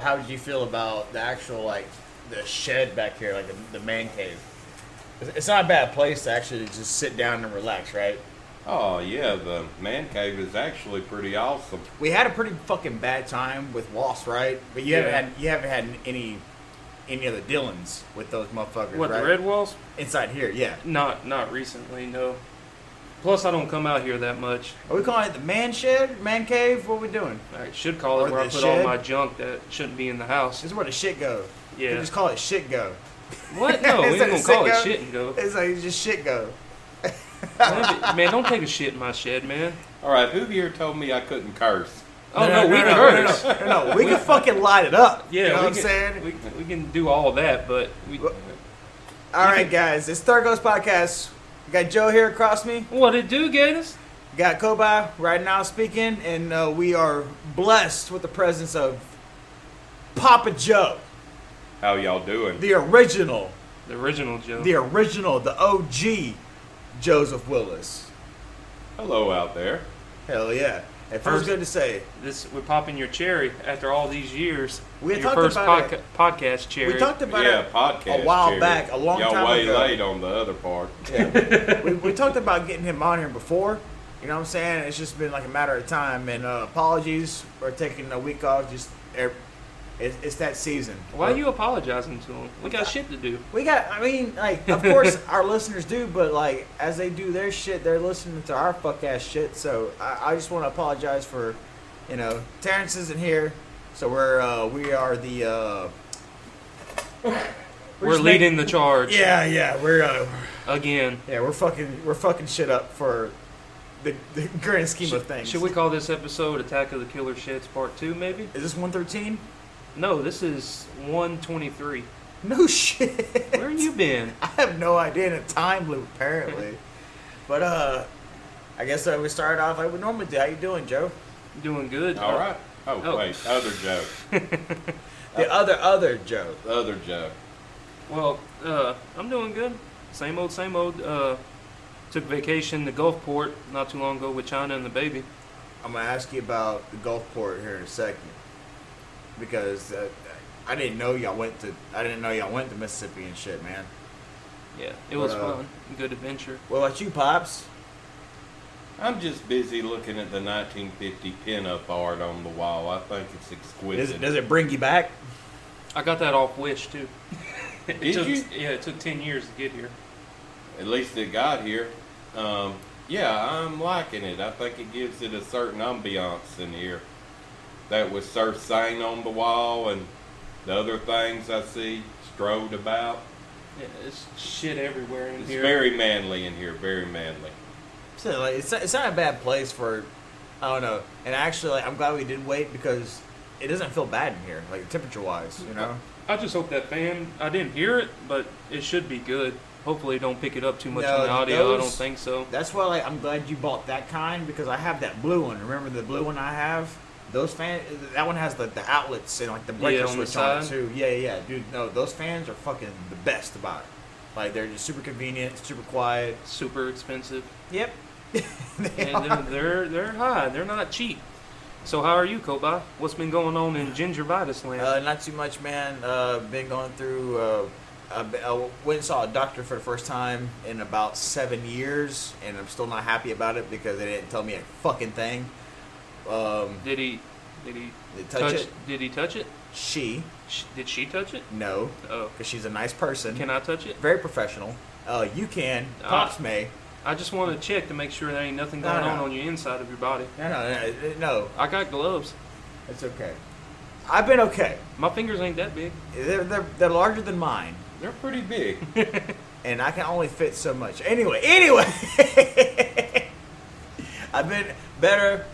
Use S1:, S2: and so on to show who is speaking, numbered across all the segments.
S1: how did you feel about the actual like the shed back here, like the, the man cave? It's- It's not a bad place to actually just sit down and relax, right?
S2: Oh yeah, the man cave is actually pretty awesome.
S1: We had a pretty fucking bad time with Wasp, right? But you
S3: Yeah.
S1: haven't had you haven't had any any of the Dylans with those motherfuckers,
S3: What
S1: right?
S3: the red walls?
S1: Inside here, yeah.
S3: Not not recently, no. Plus, I don't come out here that much.
S1: Are we calling it the man shed, man cave? What we doing?
S3: I should call
S1: Or
S3: it where I
S1: the
S3: put
S1: shed?
S3: all my junk that shouldn't be in the
S1: This
S3: house.
S1: is where the shit go. We
S3: Yeah.
S1: just call it shit go.
S3: What? No, we
S1: Is
S3: ain't
S1: that
S3: gonna
S1: a
S3: call it
S1: sicko?
S3: shit and go.
S1: It's like just shit go.
S3: man, don't take a shit in my shed, man.
S2: All right, who here told me I couldn't curse?
S3: Oh no, we
S1: no,
S3: can curse.
S1: No, no, no, no, we can fucking light it up.
S3: Yeah,
S1: you know
S3: we
S1: what I'm
S3: can,
S1: saying.
S3: We, we can do all that, but we,
S1: Wha- All right, guys, it's Third Ghost Podcast. We got Joe here across me.
S3: what it do, Gators?
S1: We got Kobai right now speaking, and uh, we are blessed with the presence of Papa Joe,
S2: How y'all doing?
S1: the original,
S3: The original Joe.
S1: the original, the OG Joseph Willis.
S2: Hello out there.
S1: Hell yeah! It feels
S3: First-
S1: good to say.
S3: This we're popping your cherry after all these years.
S1: We had
S3: your
S1: talked
S3: first
S1: about
S3: podca- podcast cherry.
S1: We talked about
S2: yeah,
S1: it.
S2: podcast.
S1: a while
S2: Jerry.
S1: back, a long
S2: y'all
S1: time
S2: way
S1: ago.
S2: late on the other part.
S1: Yeah. we, we talked about getting him on here before. You know what I'm saying? It's just been like a matter of time. And uh, apologies for taking a week off. Just er, it, it's that season.
S3: Why are you apologizing to him? We got shit to do.
S1: We got. I mean, like, of course our listeners do, but like as they do their shit, they're listening to our fuck ass shit. So I, I just want to apologize for, you know, Terrence isn't here, so we're uh, we are the. Uh,
S3: We're,
S1: just making-
S3: leading the charge
S1: yeah, yeah, we're uh,
S3: again.
S1: yeah, we're fucking we're fucking shit up for the, the grand scheme of things.
S3: Should we call this episode "Attack of the Killer Sheds" Part Two? Maybe.
S1: Is this 113?
S3: No, this is 123.
S1: No shit.
S3: Where you been?
S1: I have no idea in a time loop apparently. but uh I guess uh, we started off like we normally do. How you doing, Joe?
S3: Doing good.
S2: All right. Oh,
S3: Oh.
S2: wait, other joke.
S1: The other other Joe.
S2: The other joke.
S3: Well, uh, I'm doing good. Same old, same old. Uh, took vacation to Gulfport not too long ago with China and the baby.
S1: I'm gonna ask you about the Gulfport here in a second because uh, I didn't know y'all went to I didn't know y'all went to Mississippi and shit, man.
S3: Yeah, it was
S1: Wow.
S3: fun. Good adventure.
S1: What about you, pops?
S2: I'm just busy looking at the 1950 pinup art on the wall. I think it's exquisite.
S1: Does it does it bring you back?
S3: I got that off Wish too. it
S2: Did
S3: took,
S2: you?
S3: Yeah, it took ten years to get here.
S2: At least it got here. Um, yeah, I'm liking it. I think it gives it a certain ambiance in here. That with Sir Sane on the wall and the other things I see strode about.
S3: Yeah, it's shit everywhere in
S2: It's
S3: here.
S2: very manly in here, very manly.
S1: So like, it's it's not a bad place for, I don't know. And actually, like, I'm glad we did wait because it doesn't feel bad in here, like temperature wise. You know,
S3: I just hope that fan. I didn't hear it, but it should be good. Hopefully, don't pick it up too much
S1: No,
S3: on the audio. I don't
S1: those-
S3: think so.
S1: that's why like I'm glad you bought that kind because I have that blue one. Remember the blue one I have? Those fan that one has the, the outlets and like the breaker
S3: Yeah, on the
S1: switch on it
S3: side.
S1: too. Yeah, yeah, yeah, dude. No, those fans are fucking the best about it. Like they're just super convenient, super quiet.
S3: Super expensive,
S1: Yep. They
S3: and
S1: are.
S3: they're, they're they're high. They're not cheap. So how are you, Kobai? What's been going on in gingivitis land?
S1: Uh, not too much, man. Uh, been going through. Uh, I, b- I went and saw a doctor for the first time in about seven years, and I'm still not happy about it because they didn't tell me a fucking thing. Um,
S3: Did he? Did he
S1: Did touch it?
S3: Did he touch it?
S1: she,
S3: Sh- did she touch it?
S1: no,
S3: Oh,
S1: because she's a nice person,
S3: can I touch it?
S1: very professional. Uh, you can,
S3: Ah.
S1: pops may.
S3: I just
S1: Mm.
S3: want to check to make sure there ain't nothing
S1: No,
S3: going
S1: no.
S3: on on your inside of your body.
S1: No, no, no, no,
S3: I got gloves.
S1: it's okay. I've been okay.
S3: My fingers ain't that big.
S1: They're they're, they're larger than mine.
S2: They're pretty big.
S1: and I can only fit so much. Anyway, anyway, I've been better,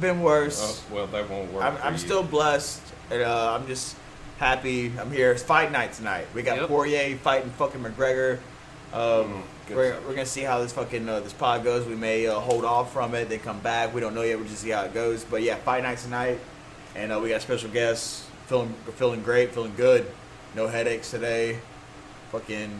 S1: been
S2: oh,
S1: worse.
S2: well, that won't work.
S1: I'm,
S2: for
S1: I'm
S2: you.
S1: still blessed, and uh, I'm just happy. I'm here. It's fight night tonight. We got
S3: Yep.
S1: Poirier fighting fucking McGregor. Um,
S2: Mm, good
S1: we're,
S2: stuff.
S1: we're gonna see how this fucking uh, this pod goes. We may uh, hold off from it, then come back. We don't know yet. We'll just see how it goes. But yeah, fight night tonight, and uh, we got special guests. Feeling feeling great, feeling good. No headaches today. Fucking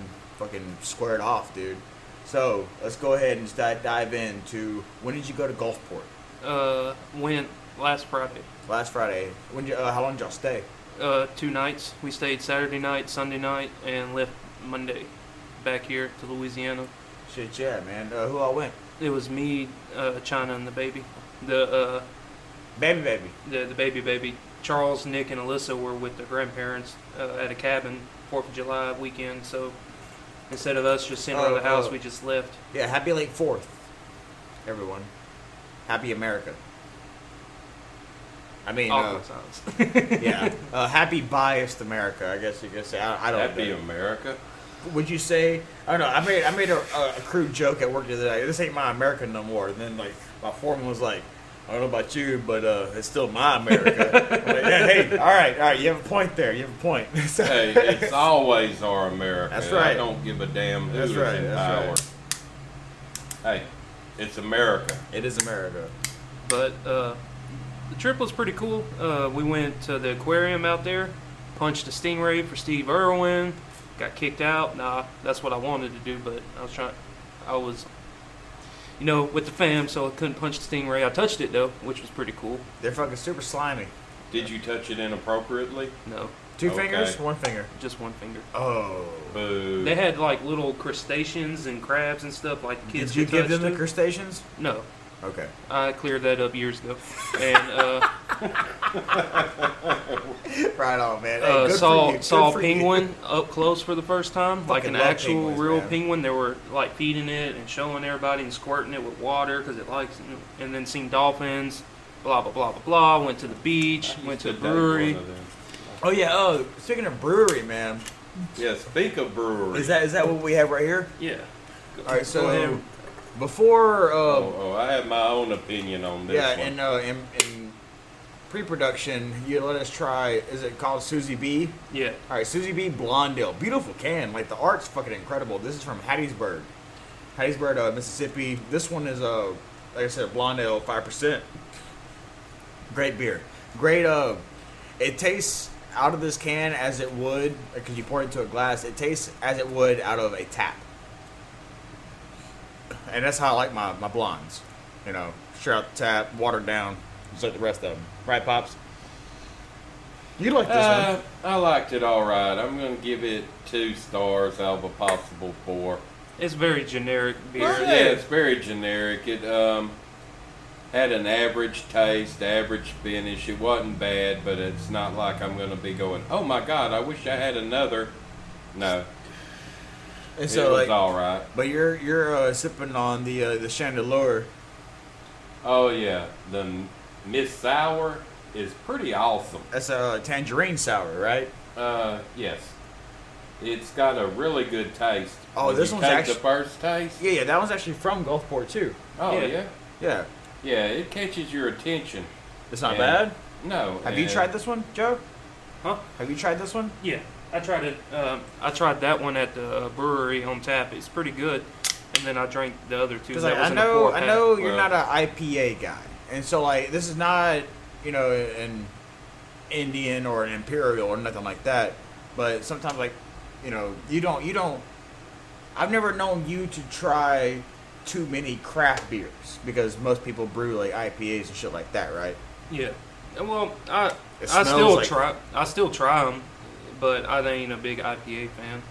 S1: fucking squared off, dude. So let's go ahead and just di- dive into when did you go to Gulfport?
S3: Uh, went last Friday.
S1: Last Friday. When did you, uh, how long did y'all stay?
S3: uh, two nights. We stayed Saturday night, Sunday night, and left Monday back here to Louisiana.
S1: Shit, yeah, man. Uh, who all went?
S3: It was me, uh, China, and the baby. The uh,
S1: Baby, baby.
S3: the the baby baby Charles, Nick, and Alyssa were with their grandparents uh, at a cabin Fourth of July weekend. So instead of us just sitting around
S1: Oh,
S3: the house,
S1: oh.
S3: we just left.
S1: Yeah, happy late Fourth, everyone. Happy America. I mean, uh,
S3: Awkward silence.
S1: yeah, uh, happy biased America. I guess you could say. I, I don't.
S2: Happy
S1: know.
S2: America.
S1: Would you say? I don't know. I made I made a, a crude joke at work the other day. This ain't my America no more. And then like my foreman was like, I don't know about you, but uh, it's still my America. I'm like, yeah, hey, all right, all right. You have a point there. You have a point. So-
S2: hey, it's always our America.
S1: That's right.
S2: I don't give a damn
S1: That's
S2: who's
S1: right,
S2: in power.
S1: that's
S2: Hey, it's America.
S1: it is America.
S3: But uh, the trip was pretty cool. Uh, we went to the aquarium out there, punched a stingray for Steve Irwin, got kicked out. Nah, that's what I wanted to do, but I was trying. I was, you know, with the fam, so I couldn't punch the stingray. I touched it though, which was pretty cool.
S1: They're fucking super slimy.
S2: Did you touch it inappropriately?
S3: No,
S1: Two
S2: Okay.
S1: fingers, one finger.
S3: just one finger.
S1: Oh.
S2: Boo.
S3: They had like little crustaceans and crabs and stuff like kids.
S1: Did you
S3: could
S1: give
S3: touch,
S1: them the
S3: too.
S1: crustaceans?
S3: No,
S1: Okay.
S3: I cleared that up years ago, and. Uh,
S1: Right on, man. Hey,
S3: uh,
S1: good for
S3: saw
S1: you, good
S3: saw a
S1: for you.
S3: penguin up close for the first time, like
S1: Fucking
S3: an
S1: love
S3: actual
S1: penguins,
S3: real
S1: man.
S3: penguin. They were like feeding it and showing everybody and squirting it with water because it likes. And then seen dolphins, blah blah blah blah blah. Went to the beach, went to the
S2: Did that
S3: brewery.
S2: one of them.
S1: Oh yeah. Oh, speaking of brewery, man,
S2: Yeah, speak of brewery.
S1: is that is that what we have right here?
S3: Yeah.
S1: All right.
S3: Go
S1: So
S3: ahead.
S1: before, uh,
S2: oh, oh, I have my own opinion on this
S1: yeah,
S2: one.
S1: in, uh, in in pre-production, you let us try. Is it called Susie B?
S3: Yeah.
S1: All right, Susie B Blonde Ale, beautiful can. Like the art's fucking incredible. This is from Hattiesburg, Hattiesburg, uh, Mississippi. This one is uh, like I said, a blonde ale, five percent. Great beer. Great. Uh, it tastes out of this can as it would because you pour it into a glass. It tastes as it would out of a tap. And that's how I like my my blondes. You know, straight out the tap, watered down, just like the rest of them. Right, pops. You like this
S2: Uh, I liked it all right. I'm going to give it two stars out of a possible four.
S3: It's very generic beer.
S2: Yeah, it's very generic. It um, had an average taste, average finish. It wasn't bad, but it's not like I'm going to be going, oh my God, I wish I had another. No,
S1: one? And
S2: it was all right.
S1: But you're you're uh, sipping on the uh, the chandelure.
S2: Oh, yeah, the Miss Sour is pretty awesome.
S1: That's a tangerine sour, right?
S2: Uh, yes. It's got a really good taste.
S1: Oh,
S2: When
S1: this
S2: you
S1: one's
S2: take
S1: actu-
S2: the first taste.
S1: Yeah, yeah. That one's actually from Gulfport too.
S2: Oh,
S3: Yeah.
S2: yeah. yeah.
S1: Yeah,
S2: it catches your attention.
S1: it's not
S2: Yeah.
S1: bad.
S2: No.
S1: Have you
S2: and-
S1: tried this one, Joe?
S3: Huh?
S1: Have you tried this one?
S3: Yeah, I tried it. Um, I tried that one at the brewery on tap. It's pretty good. And then I drank the other two.
S1: Because
S3: That
S1: like,
S3: was
S1: I
S3: in a
S1: know
S3: four
S1: I
S3: pack.
S1: know you're
S2: Well-
S1: not an IPA guy, and so like this is not you know an Indian or an Imperial or nothing like that. But sometimes like you know you don't you don't. I've never known you to try too many craft beers because most people brew like IPAs and shit like that, right?
S3: Yeah. And, Well, I
S1: It
S3: I
S1: smells
S3: still
S1: like-
S3: try I still try them, but I ain't a big IPA fan.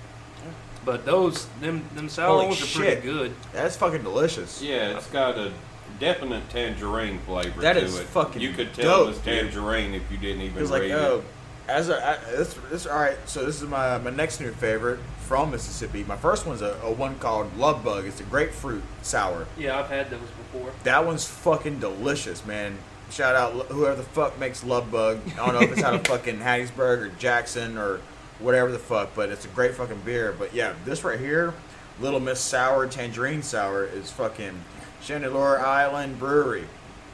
S3: But those them them sour
S1: Holy
S3: ones are
S1: shit.
S3: pretty good.
S1: That's fucking delicious.
S2: Yeah, it's got a definite tangerine flavor
S1: That
S2: to
S1: is
S2: it.
S1: fucking
S2: You could tell
S1: dope,
S2: it's
S1: dude.
S2: tangerine if you didn't even
S1: Because
S2: read
S1: like,
S2: it.
S1: oh, as a I, this this all right. So this is my my next new favorite from Mississippi. My first one's a, a one called Love Bug. It's a grapefruit sour.
S3: Yeah, I've had those before.
S1: That one's fucking delicious, man. Shout out lo- whoever the fuck makes Love Bug. I don't know if it's out of fucking Hattiesburg or Jackson or whatever the fuck, but it's a great fucking beer. But yeah, this right here, Little Miss Sour Tangerine Sour is fucking Chandelure Island Brewery.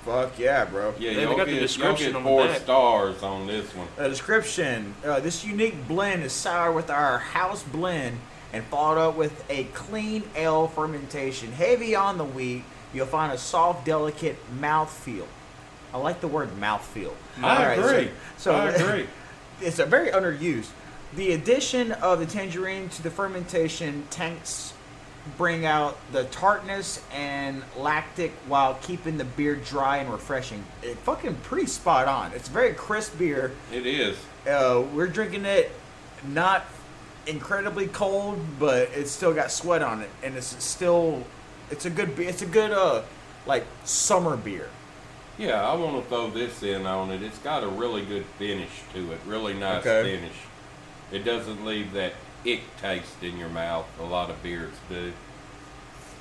S1: Fuck yeah, bro.
S2: Yeah,
S3: they
S2: you'll
S3: got the
S2: get, you'll
S3: description
S2: get
S3: on the
S2: four
S3: back.
S2: stars on this one.
S1: Uh, description: uh, This unique blend is sour with our house blend and followed up with a clean ale fermentation, heavy on the wheat. You'll find a soft, delicate mouthfeel. I like the word mouthfeel. All
S2: I
S1: right,
S2: agree.
S1: So, so
S2: I agree.
S1: it's a very underused. The addition of the tangerine to the fermentation tanks bring out the tartness and lactic while keeping the beer dry and refreshing. It fucking pretty spot on. It's very crisp beer.
S2: It is.
S1: Uh, we're drinking it not incredibly cold, but it's still got sweat on it, and it's still it's a good be- it's a good uh like summer beer.
S2: Yeah, I want to throw this in on it. It's got a really good finish to it. Really nice
S1: Okay.
S2: finish. It doesn't leave that ick taste in your mouth. A lot of beers do.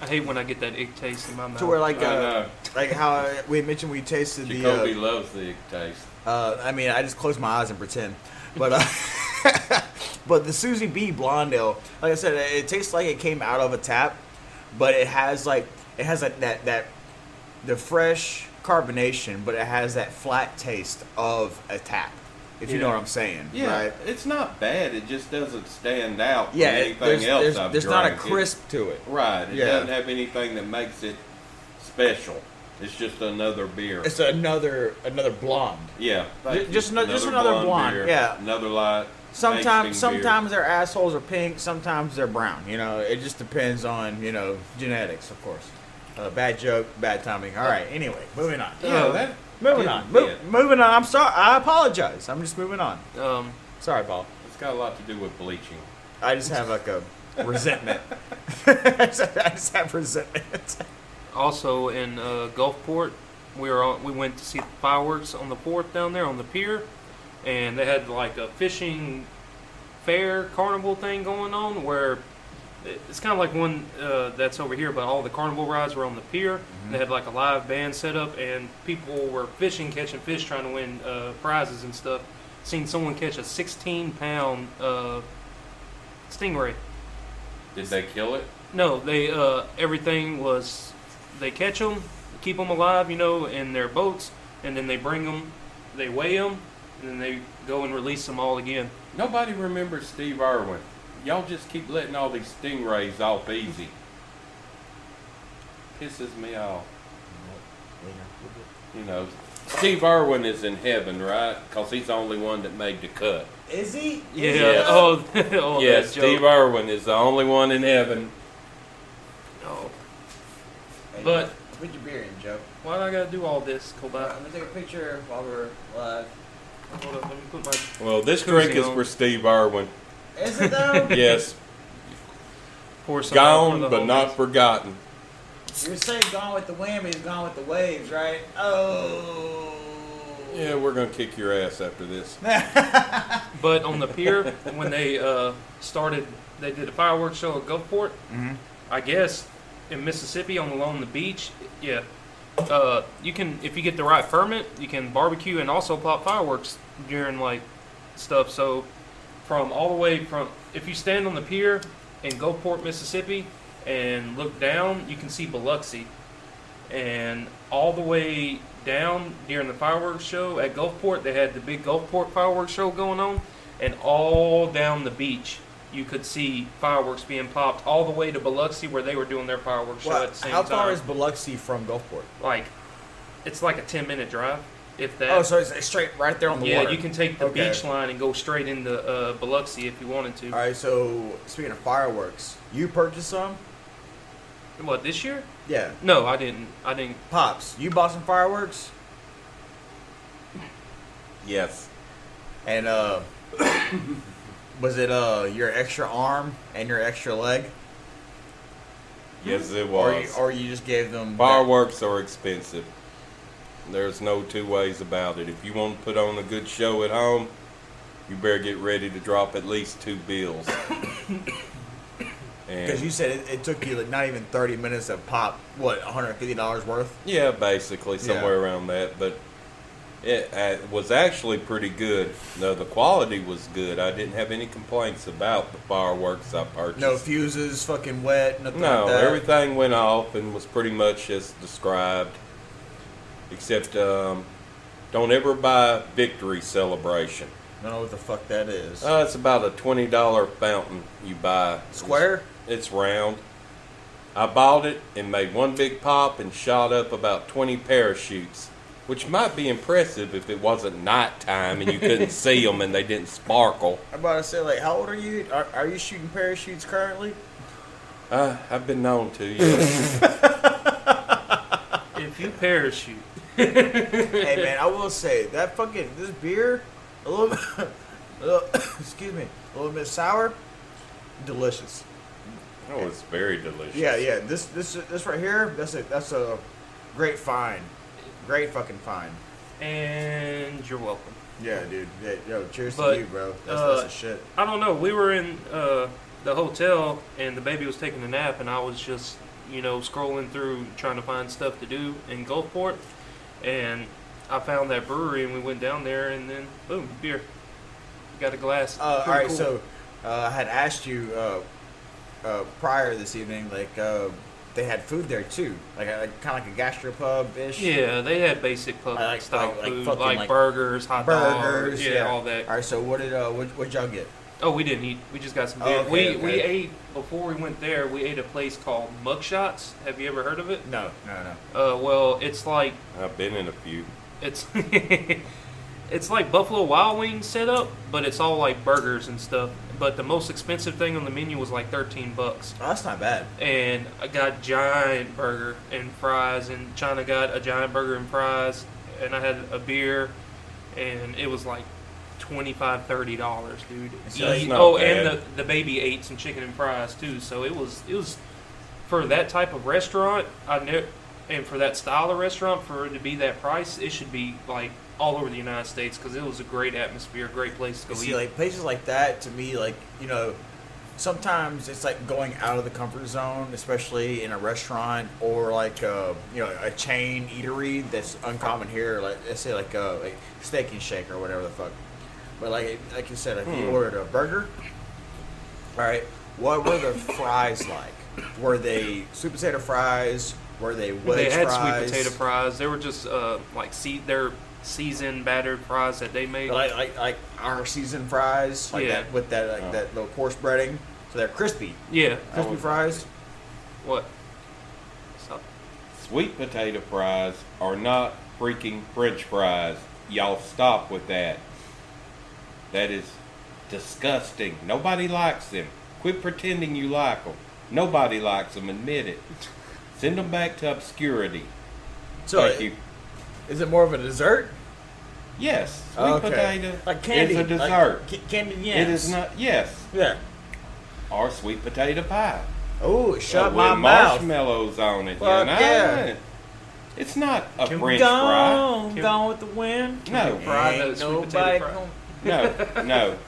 S3: I hate when I get that ick taste in my mouth.
S1: To where like
S2: I
S1: uh,
S2: know.
S1: like how we had mentioned we tasted
S2: Jacoby
S1: the
S2: loves the ick taste.
S1: uh, uh, I mean I just close my eyes and pretend, but uh, but the Susie B Blonde Ale, like I said, it, it tastes like it came out of a tap, but it has like it has like that that the fresh carbonation, but it has that flat taste of a tap. If you know
S3: Yeah.
S1: what I'm saying,
S2: Yeah,
S1: right?
S2: it's not bad. It just doesn't stand out from
S1: Yeah, it-
S2: anything
S1: there's,
S2: else
S1: there's,
S2: I've
S1: there's not a
S2: drank. It-
S1: crisp to it.
S2: right. It
S1: Yeah.
S2: doesn't have anything that makes it special. It's just another beer.
S1: It's another another blonde.
S2: yeah,
S1: Ju- just ano- just another blonde,
S2: beer,
S1: yeah.
S2: another light.
S1: Sometimes
S2: tasting beer.
S1: sometimes their assholes are pink, sometimes they're brown. You know, it just depends on you know genetics, of course. Uh, bad joke, bad timing. All right. Anyway, moving on.
S2: Yeah,
S3: Oh.
S2: that-
S1: Moving
S2: yeah,
S1: on. Mo-
S2: yeah.
S1: Moving on. I'm sorry. I apologize. I'm just moving on.
S3: um,
S1: Sorry, Paul.
S2: It's got a lot to do with bleaching.
S1: I just have like a resentment. I just have resentment.
S3: also in uh, Gulfport, we were on, we went to see the fireworks on the fourth down there on the pier, and they had like a fishing fair carnival thing going on where it- it's kind of like one uh, that's over here, but all the carnival rides were on the pier. They had like a live band set up, and people were fishing, catching fish, trying to win uh, prizes and stuff. Seen someone catch a 16 pound uh, stingray.
S2: Did they kill it?
S3: No, they uh, everything was they catch them, keep them alive, you know, in their boats, and then they bring them, they weigh them, and then they go and release them all again.
S2: Nobody remembers Steve Irwin. Y'all just keep letting all these stingrays off easy. Pisses me off. You know, Steve Irwin is in heaven, right? Because he's the only one that made the cut.
S1: Is he?
S3: Yeah.
S2: Yes.
S3: Oh. oh
S2: yeah,
S3: that joke.
S2: Steve Irwin is the only one in heaven.
S3: Oh, But-
S1: put your beer in, Joe.
S3: why do I gotta do all this, Kobai?
S1: gonna take a picture while we're live.
S3: Hold up, let me put my.
S2: Well, this
S3: Who's
S2: drink is
S3: he on?
S2: for Steve Irwin.
S1: Is it though?
S2: Yes,
S3: Pour some out for
S2: gone
S3: the
S2: but not
S3: homies.
S2: forgotten.
S1: You're saying gone with the wind, but he's gone with the waves, right? Oh.
S2: Yeah, we're gonna kick your ass after this.
S3: But on the pier, when they uh, started, they did a fireworks show at Gulfport.
S2: Mm-hmm.
S1: Mhm.
S3: I guess in Mississippi, on along the beach, yeah, uh, you can if you get the right permit, you can barbecue and also pop fireworks during like stuff. So from all the way from if you stand on the pier in Gulfport, Mississippi, and look down, you can see Biloxi, and all the way down during the fireworks show at Gulfport, they had the big Gulfport fireworks show going on, and all down the beach. You could see fireworks being popped all the way to Biloxi where they were doing their fireworks show
S1: Well,
S3: at the same
S1: how
S3: time.
S1: far is Biloxi from Gulfport?
S3: like it's like a 10 minute drive if that
S1: Oh, so it's it's straight right there on the
S3: yeah
S1: water.
S3: you can take the
S1: Okay.
S3: beach line and go straight into uh, biloxi if you wanted to
S1: All right. So speaking of fireworks, you purchased some?
S3: what this year
S1: Yeah.
S3: no i didn't i didn't
S1: Pops, you bought some fireworks,
S2: Yes.
S1: and uh, was it uh your extra arm and your extra leg,
S2: Yes, it
S1: or
S2: was.
S1: you, or you just gave them that-
S2: Fireworks are expensive. There's no two ways about it. If you want to put on a good show at home, you better get ready to drop at least two bills. and
S1: Because you said it, it took you like not even thirty minutes to pop what one hundred fifty dollars worth.
S2: yeah, basically somewhere around that, but it uh, was actually pretty good. No, the quality was good. I didn't have any complaints about the fireworks I purchased.
S1: No fuses, fucking wet, nothing
S2: No,
S1: like that.
S2: everything went off and was pretty much as described. Except, um, don't ever buy Victory Celebration.
S1: I don't know what the fuck that is.
S2: Uh, it's about a twenty dollar fountain you buy.
S1: Square?
S2: It's round. I bought it and made one big pop and shot up about twenty parachutes, which might be impressive if it wasn't nighttime and you couldn't see them and they didn't sparkle.
S1: I'm about to say, like, how old are you? Are, are you shooting parachutes currently?
S2: Uh, I've been known to. Yeah.
S3: If you parachute,
S1: hey man, I will say that fucking this beer, a little, bit, a little excuse me, a little bit sour, delicious.
S2: that was very delicious.
S1: Yeah, yeah. This this this right here, that's a that's a great find, great fucking find.
S3: and you're welcome.
S1: Yeah, dude. Yeah, yo, cheers
S3: But,
S1: to you, bro. That's
S3: uh,
S1: that's a shit.
S3: I don't know. We were in uh, the hotel, and the baby was taking a nap, and I was just, you know, scrolling through trying to find stuff to do in Gulfport, and I found that brewery, and we went down there, and then boom, beer. Got a glass.
S1: Uh, all
S3: Pretty
S1: right,
S3: cool.
S1: so uh, I had asked you uh, uh, prior this evening, like uh, they had food there too, like, a- like kind of like a gastropub ish.
S3: Yeah, they had basic pub
S1: I like-
S3: style
S1: like- like
S3: food, like,
S1: fucking, like,
S3: burgers, hot
S1: Burgers,
S3: dogs, yeah, all that.
S1: All right, so what did uh, what what y'all get?
S3: Oh, we didn't eat. We just got some
S1: Oh,
S3: beer.
S1: okay,
S3: we
S1: okay.
S3: we ate before we went there. We ate a place called Mugshots. Have you ever heard of it?
S1: No, no, no.
S3: Uh, well, it's like
S2: I've been in a few.
S3: it's it's like Buffalo Wild Wings setup, but it's all like burgers and stuff. But the most expensive thing on the menu was like thirteen bucks,
S1: Oh, that's not bad.
S3: and I got giant burger and fries, and China got a giant burger and fries, and I had a beer, and it was like. 25 30 dollars dude
S1: So that's
S3: Easy-
S2: not
S3: oh and
S2: bad.
S3: the, the baby ate some chicken and fries too so it was it was for that type of restaurant, I know, and for that style of restaurant, for it to be that price, it should be like all over the United States because it was a great atmosphere, great place to go
S1: See,
S3: eat.
S1: like places like that to me, like you know, sometimes it's like going out of the comfort zone, especially in a restaurant or like uh, you know a chain eatery that's uncommon here. Like let's say like uh, like Steak and Shake or whatever the fuck. But like like you said, if you
S2: Hmm.
S1: ordered a burger, all right, what were the fries like? Were they sweet potato fries? Were they wedge
S3: they had
S1: fries?
S3: sweet potato fries. They were just uh, like see their seasoned battered fries that they made.
S1: like like, like our seasoned fries, like
S3: Yeah.
S1: that with that like
S2: Oh.
S1: that little coarse breading, so they're crispy.
S3: yeah.
S1: Crispy
S2: would-
S1: fries?
S3: What? So,
S2: Sweet potato fries are not freaking French fries. Y'all stop with that. That is disgusting. Nobody likes them. Quit pretending you like them. Nobody likes them. Admit it. Send them back to obscurity.
S1: So
S2: Thank you.
S1: is it more of a dessert?
S2: Yes, sweet
S1: Okay.
S2: potato
S1: like candy,
S2: is a
S1: like
S2: dessert.
S1: ca- candy
S2: it
S1: yams.
S2: is not. Yes,
S1: Yeah.
S2: or sweet potato pie.
S1: Oh, it shut
S2: with
S1: my mouth.
S2: marshmallows on it.
S1: Fuck
S2: you know?
S1: yeah.
S2: It's not a
S1: Can we
S2: French
S1: go
S2: fry.
S1: on,
S3: Can-
S1: go with the wind?
S2: No,
S3: Fry
S1: Ain't
S3: those sweet
S1: nobody
S3: potato fries.
S1: gonna-
S2: no, no,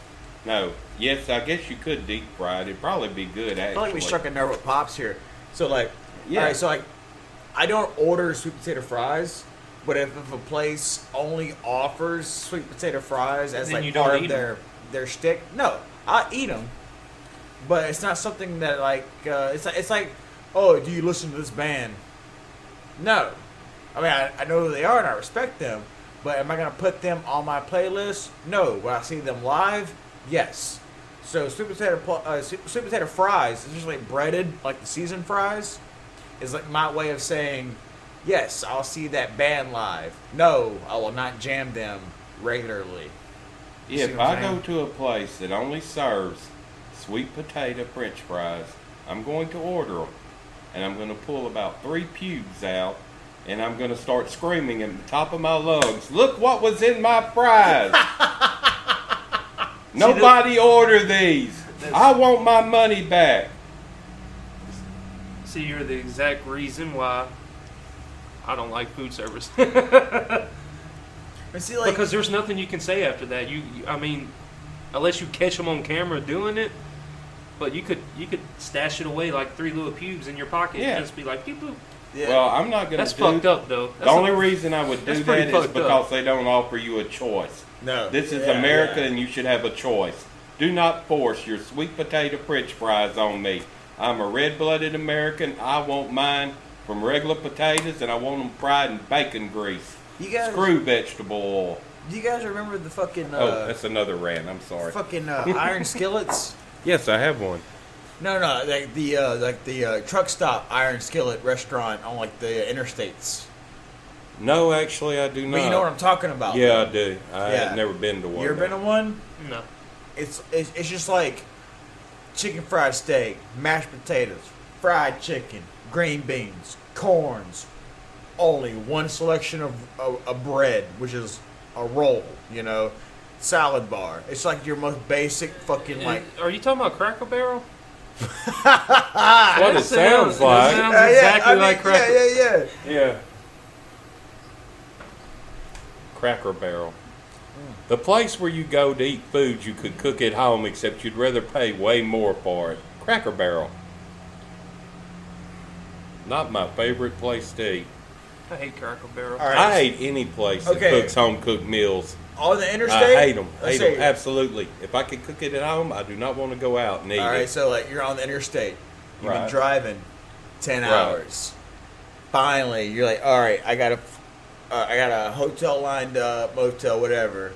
S2: no. Yes, I guess you could deep fry it. It'd probably be good. Actually,
S1: I feel like we struck a nerve with pops here. So like,
S2: Yeah.
S1: all right. So like, I don't order sweet potato fries, but if, if a place only offers sweet potato fries as
S3: Then
S1: like
S3: you don't
S1: part
S3: eat
S1: of their their stick, no, I eat them. But it's not something that like uh, it's like- it's like, oh, do you listen to this band? No, I mean I, I know who they are and I respect them, but am I gonna put them on my playlist? No. When I see them live, yes. So sweet potato pl- uh, sweet, sweet potato fries, is usually breaded like the seasoned fries, is like my way of saying, yes, I'll see that band live. No, I will not jam them regularly. You see
S2: If
S1: what I'm
S2: I
S1: saying?
S2: go to a place that only serves sweet potato French fries, I'm going to order them, and I'm going to pull about three pubes out, and I'm going to start screaming at the top of my lungs. Look what was in my fries! Nobody order these.
S3: That's-
S2: I want my money back.
S3: see, you're the exact reason why I don't like food service.
S1: And see, like,
S3: because there's nothing you can say after that. You, you- I mean, unless you catch them on camera doing it, but you could you could stash it away like three little pubes in your pocket
S2: Yeah.
S3: and just be like, "Beep, boop."
S1: yeah,
S2: Well, I'm not going to.
S3: that's
S2: do
S3: fucked up though. That's
S2: The only
S3: a-
S2: reason I would do
S3: that's
S2: that
S3: pretty
S2: is
S3: fucked up.
S2: because they don't offer you a choice.
S1: no,
S2: This is
S1: Yeah,
S2: America,
S1: yeah.
S2: and you should have a choice. Do not force your sweet potato French fries on me. I'm a red-blooded American. I want mine from regular potatoes, and I want them fried in bacon grease.
S1: You guys,
S2: Screw vegetable oil.
S1: do you guys remember the fucking
S2: oh,
S1: uh,
S2: that's another rant. I'm sorry.
S1: fucking uh, iron skillets?
S2: Yes, I have one.
S1: No, no, like the uh, like the uh, truck stop iron skillet restaurant on like the interstates.
S2: No, actually, I do not.
S1: But you know what I'm talking about.
S2: Yeah, I do. I
S1: Yeah.
S2: have never been to one.
S1: you ever been to
S2: though.
S1: one?
S3: no.
S1: It's, it's it's just like chicken fried steak, mashed potatoes, fried chicken, green beans, corns, only one selection of of of bread, which is a roll, you know, salad bar. It's like your most basic fucking like.
S3: Are you talking about Crackle Barrel?
S2: That's what it sounds
S3: It
S2: like.
S3: sounds
S1: Uh, Yeah, yeah,
S3: exactly
S1: I mean,
S3: like Crackle.
S1: Yeah, yeah, yeah.
S2: Yeah. Cracker Barrel. The place where you go to eat food you could cook at home, except you'd rather pay way more for it. Cracker Barrel. Not my favorite place to eat.
S3: I hate Crackle Barrel.
S1: All right.
S2: I hate any place that
S1: Okay.
S2: cooks home cooked meals.
S1: On the interstate.
S2: I hate them.
S1: Let's
S2: Hate them.
S1: say-
S2: Absolutely. If I could cook it at home, I do not want to go out and eat
S1: All
S2: it.
S1: right, so like you're on the interstate, you've been
S2: Right.
S1: driving ten
S2: Right.
S1: hours. Finally, you're like, all right, I got a, uh, I got a hotel lined up, motel, whatever.